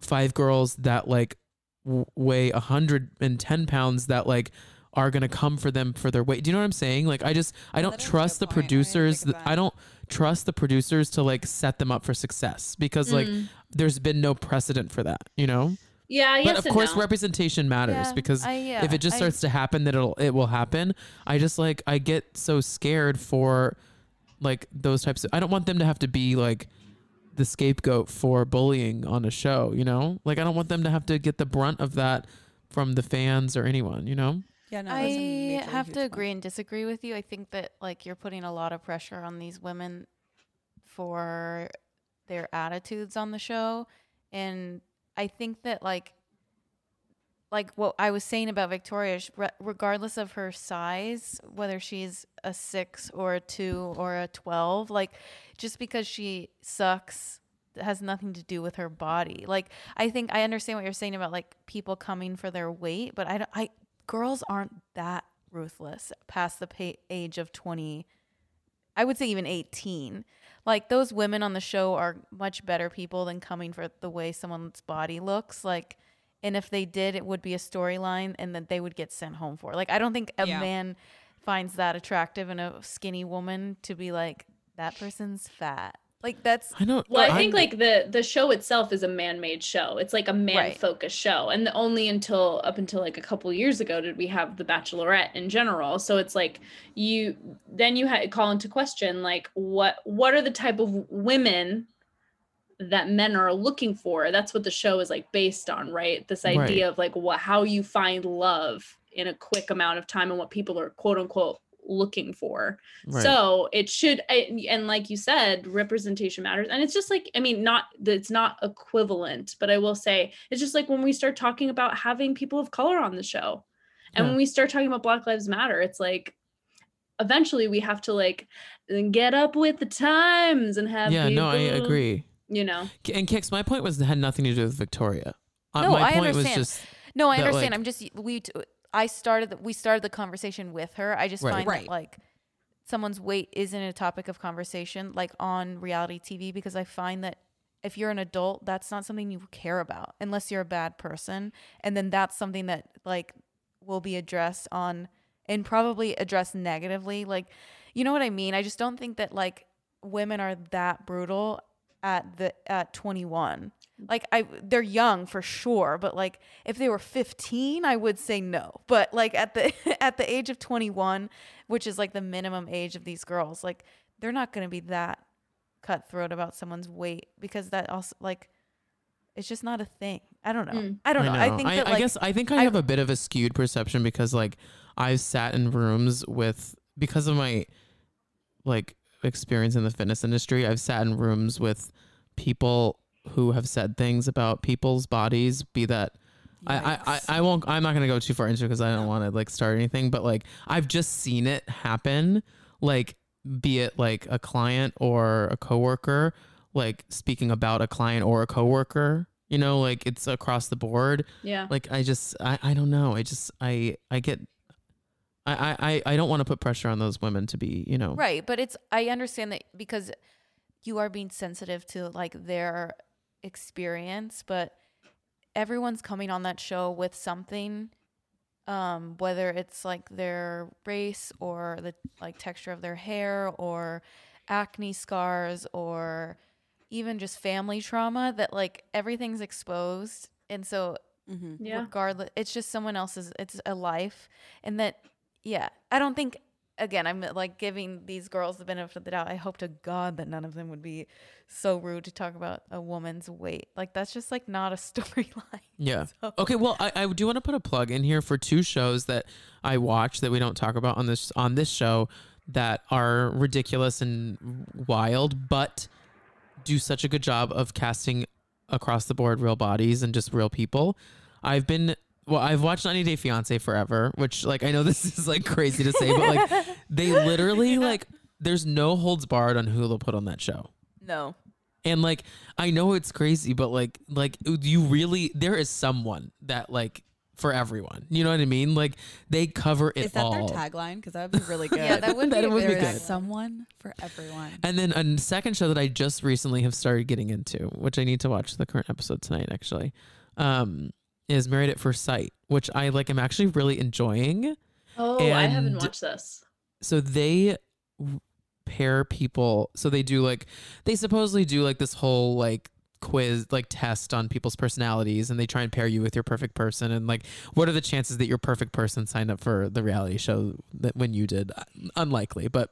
S1: five girls that like w- weigh 110 pounds that like are gonna come for them for their weight do you know what i'm saying like i just i don't
S3: that is a
S1: trust the
S3: good point. I didn't think
S1: producers
S3: of
S1: that
S3: that.
S1: i don't trust the producers to like set them up for success because like there's been no precedent for that, you know.
S4: Mm. yeah yes
S1: but of
S4: and
S1: course,
S4: no.
S1: representation matters
S2: Yeah,
S1: because
S2: I- yeah,
S1: if it just
S2: I-
S1: starts to happen, that it'll it will happen. I just like I get so scared for like those types of. I don't want them to have to be like the scapegoat for bullying on a show, you know. Like I don't want them to have to get the brunt of that from the fans or anyone, you know.
S3: Yeah, no, that's a
S2: I
S3: major,
S2: have
S3: huge
S2: to
S3: point.
S2: agree and disagree with you. I think that like you're putting a lot of pressure on these women for their attitudes on the show and I think that like like what I was saying about Victoria, sh- re- regardless of her size, whether she's a 6 or a 2 or a 12, like just because she sucks has nothing to do with her body. Like I think I understand what you're saying about like people coming for their weight, but I don't I girls aren't that ruthless past the pa- age of 20 i would say even 18 like those women on the show are much better people than coming for the way someone's body looks like and if they did it would be a storyline and that they would get sent home for it. like i don't think a
S3: Yeah.
S2: man finds that attractive in a skinny woman to be like that person's fat like that's
S1: I don't.
S4: Well, I
S1: I'm-
S4: think like the the show itself is a man-made show. It's like a man-focused show, and the only until up until like a couple years ago did we have The Bachelorette in general. So it's like you then you had call into question like what what are the type of women that men are looking for? That's what the show is like based on, right? This
S1: Right.
S4: idea of like what how you find love in a quick amount of time and what people are quote unquote looking for.
S1: right.
S4: So it should, and and like you said, representation matters. And it's just like, I mean, not that it's not equivalent, but I will say it's just like when we start talking about having people of color on the show, and when we start talking about Black Lives Matter, it's like eventually we have to like get up with the times and have
S1: yeah, no, I
S4: people,
S1: agree.
S4: You know,
S1: K- And Kix, my point was had nothing to do with Victoria. Uh,
S2: No,
S1: my
S2: I
S1: point
S2: understand.
S1: was just
S2: no i
S1: that,
S2: understand
S1: like-
S2: i'm just we t- i started the, we started the conversation with her i just
S1: Right.
S2: find
S3: Right.
S2: that like someone's weight isn't a topic of conversation like on reality tv because i find that if you're an adult that's not something you care about unless you're a bad person and then that's something that like will be addressed on and probably addressed negatively like you know what i mean i just don't think that like women are that brutal at the at 21 like i they're young for sure but like if they were 15 i would say no but like at the at the age of 21 which is like the minimum age of these girls like they're not going to be that cutthroat about someone's weight because that also like it's just not a thing i don't know
S4: Mm.
S2: i don't know. i think
S1: I,
S2: that like
S1: guess I think I,
S2: I-
S1: have a bit of a skewed perception because like I've sat in rooms with because of my like experience in the fitness industry, I've sat in rooms with people who have said things about people's bodies, be that I, I, I, I won't I'm not gonna go too far into it because I don't wanna like start anything, but like I've just seen it happen, like be it like a client or a coworker, like speaking about a client or a coworker, you know, like it's across the board
S4: yeah.
S1: like i just i, I don't know i just i i get i i i I don't want to put pressure on those women to be you know
S2: Right, but it's I understand that because you are being sensitive to like their experience, but everyone's coming on that show with something um whether it's like their race or the like texture of their hair or acne scars or even just family trauma that like everything's exposed and so
S3: Mhm.
S4: yeah.
S2: regardless it's just someone else's it's a life and that yeah i don't think again, I'm like giving these girls the benefit of the doubt. I hope to God that none of them would be so rude to talk about a woman's weight. Like that's just like not a storyline.
S1: Yeah. Oh.
S2: So-
S1: Okay. Well, I, I do want to put a plug in here for two shows that I watch that we don't talk about on this on this show that are ridiculous and wild, but do such a good job of casting across the board real bodies and just real people. I've been well, I've watched 90 Day Fiance forever, which like I know this is like crazy to say, but like they literally like there's no holds barred on who they'll put on that show.
S2: No.
S1: And like I know it's crazy, but like like you really there is someone that like for everyone. You know what I mean? Like they cover it
S3: Is that
S1: all.
S3: their tagline? Because that would be really good.
S2: Yeah, that would
S1: That
S2: be,
S1: would be
S2: very
S1: good.
S2: good.
S3: someone for everyone.
S1: and then a second show that I just recently have started getting into, which I need to watch the current episode tonight actually, um, is Married at First Sight, which I like am actually really enjoying.
S4: Oh, I haven't
S1: And-
S4: watched this.
S1: so they w- pair people so they do like they supposedly do like this whole like quiz like test on people's personalities and they try and pair you with your perfect person and like what are the chances that your perfect person signed up for the reality show that when you did Uh, unlikely but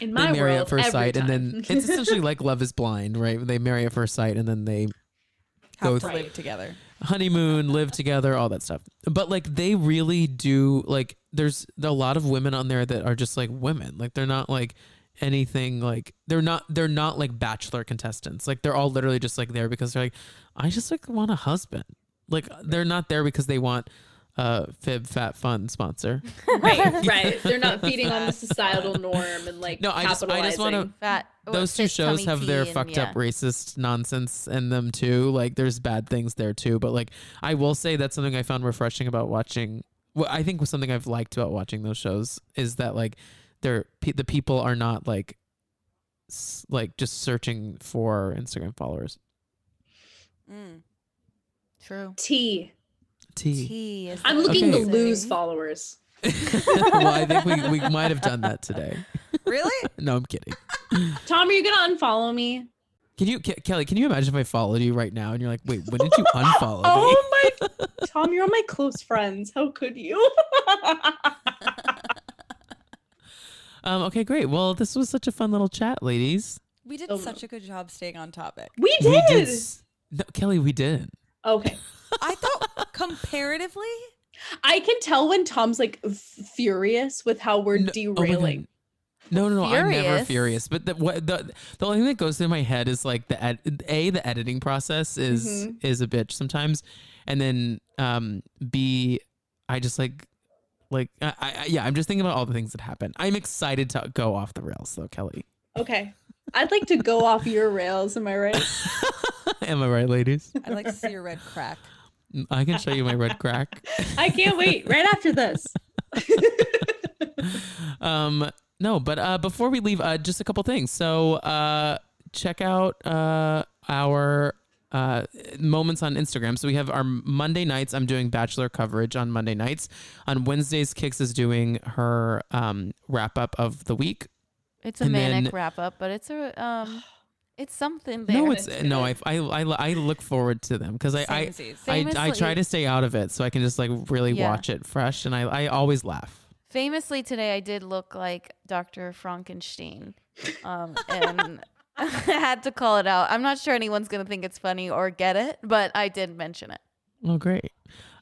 S4: In
S1: they
S4: my
S1: marry
S4: world,
S1: at first
S4: every
S1: sight
S4: time.
S1: and then it's essentially like love is blind right they marry at first sight and then they
S3: Have
S1: Go
S3: to
S1: th-
S3: live together.
S1: honeymoon, live together, all that stuff. But like they really do like there's a lot of women on there that are just like women. Like they're not like anything like they're not they're not like bachelor contestants. Like they're all literally just like there because they're like I just like want a husband. Like they're not there because they want uh fib fat fun sponsor.
S4: right, right. They're not feeding on the societal norm and like
S1: No, I just I just want to
S4: capitalizing.
S2: Fat. oh, it
S1: those two
S2: says
S1: shows
S2: tummy
S1: have their
S2: tea and-
S1: fucked
S2: yeah.
S1: up racist nonsense in them too. Like there's bad things there too, but like I will say that's something I found refreshing about watching. Well, I think was something I've liked about watching those shows is that like they're pe- the people are not like s- like just searching for Instagram followers.
S3: Mm.
S2: True.
S4: T.
S1: T.
S2: Tea is
S4: I'm
S2: the
S4: looking
S1: Okay.
S4: to
S2: best.
S4: lose followers.
S1: well, I think we, we might have done that today.
S3: Really?
S1: No, I'm kidding.
S4: Tom, are you gonna unfollow me?
S1: Can you Ke- Kelly? Can you imagine if I followed you right now and you're like, wait, when did you unfollow me?
S4: Oh my Tom, you're all my close friends. How could you?
S1: Um, okay, great. Well, this was such a fun little chat, ladies.
S3: We did
S4: Oh, no.
S3: such a good job staying on topic.
S4: we did.
S1: We did. s- No, Kelly, we did.
S4: Okay.
S3: I thought comparatively,
S4: I can tell when Tom's like f- furious with how we're
S1: No- oh my God.
S4: derailing.
S1: No, no, no. I'm never
S2: Furious.
S1: furious. But the, what the the only thing that goes through my head is like the ed- a the editing process is
S4: Mhm.
S1: is a bitch sometimes, and then um b I just like like I, I I- yeah I'm just thinking about all the things that happen. I'm excited to go off the rails though, Kelly.
S4: okay. I'd like to go off your rails. Am I right?
S1: Am I right, ladies?
S3: I'd like to see your red crack.
S1: I can show you my red crack.
S4: I can't wait. Right after this.
S1: um no but uh before we leave uh just a couple things so uh check out uh our uh, moments on Instagram. So we have our Monday nights. I'm doing bachelor coverage on Monday nights. On Wednesdays, Kix is doing her um, wrap up of the week.
S2: It's a
S1: And
S2: manic
S1: then-
S2: wrap up, but it's a um, it's something there.
S1: No, it's
S4: That's
S1: no. I,
S4: good.
S1: I, I, I look forward to them because I I,
S3: Samesies.
S1: I
S2: Same as
S1: I try
S2: like-
S1: to stay out of it so I can just like really
S2: Yeah.
S1: watch it fresh and I I always laugh.
S2: Famously today, I did look like Dr. Frankenstein, um, and I had to call it out. I'm not sure anyone's gonna think it's funny or get it, but I did mention it.
S1: Oh, great.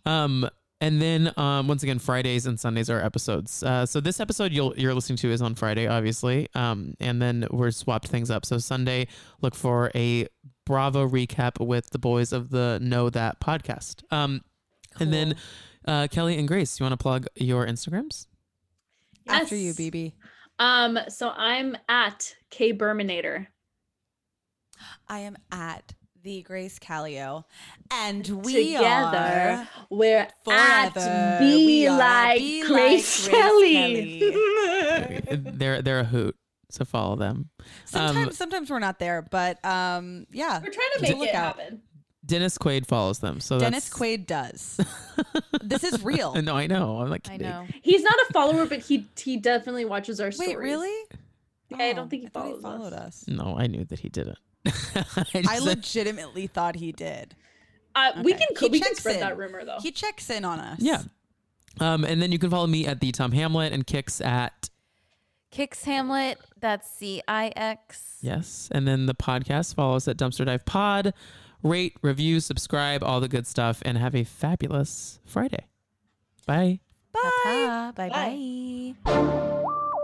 S1: Um, and then um, once again, Fridays and Sundays are episodes. Uh, so this episode you'll, you're listening to is on Friday, obviously. Um, and then we're swapped things up. So Sunday, look for a Bravo recap with the boys of the Know That podcast. Um, And then uh, Kelly and Grace, you want to plug your Instagrams?
S3: After
S4: Yes.
S3: you, BB.
S4: Um, so I'm at K Berminator.
S3: I am at the Grace Callio, and we
S4: Together,
S3: are
S4: we're
S3: forever.
S4: at Be
S3: We are
S4: Like
S3: Be Like
S4: Grace,
S3: Grace
S4: Kelly.
S1: they're they're a hoot, so follow them.
S3: Sometimes, sometimes we're not there, but um, yeah.
S4: we're trying to
S3: Keep a
S4: make it
S3: lookout.
S4: happen.
S1: Dennis Quaid follows them. So
S3: Dennis
S1: that's-
S3: Quaid does. this is real.
S1: No, I know. I'm like,
S2: I
S1: kidding.
S2: know.
S4: He's not a follower, but he he definitely watches our stories.
S3: Wait, really?
S4: Yeah, I don't
S3: Oh,
S4: think he
S3: thought
S4: follows us.
S3: followed us.
S1: No, I knew that he didn't. I,
S3: I
S1: just-
S3: legitimately thought he did.
S4: Uh, We
S3: Okay.
S4: can
S3: He
S4: we can
S3: checks
S4: spread
S3: in.
S4: that rumor though.
S3: He checks in on us.
S1: Yeah. Um, and then you can follow me at the Tom Hamlet and Kicks at
S2: Kicks Hamlet. That's C I X.
S1: yes. And then the podcast. Follow us at Dumpster Dive Pod. Rate, review, subscribe, all the good stuff, and have a fabulous Friday. Bye.
S2: Bye. Bye. Bye.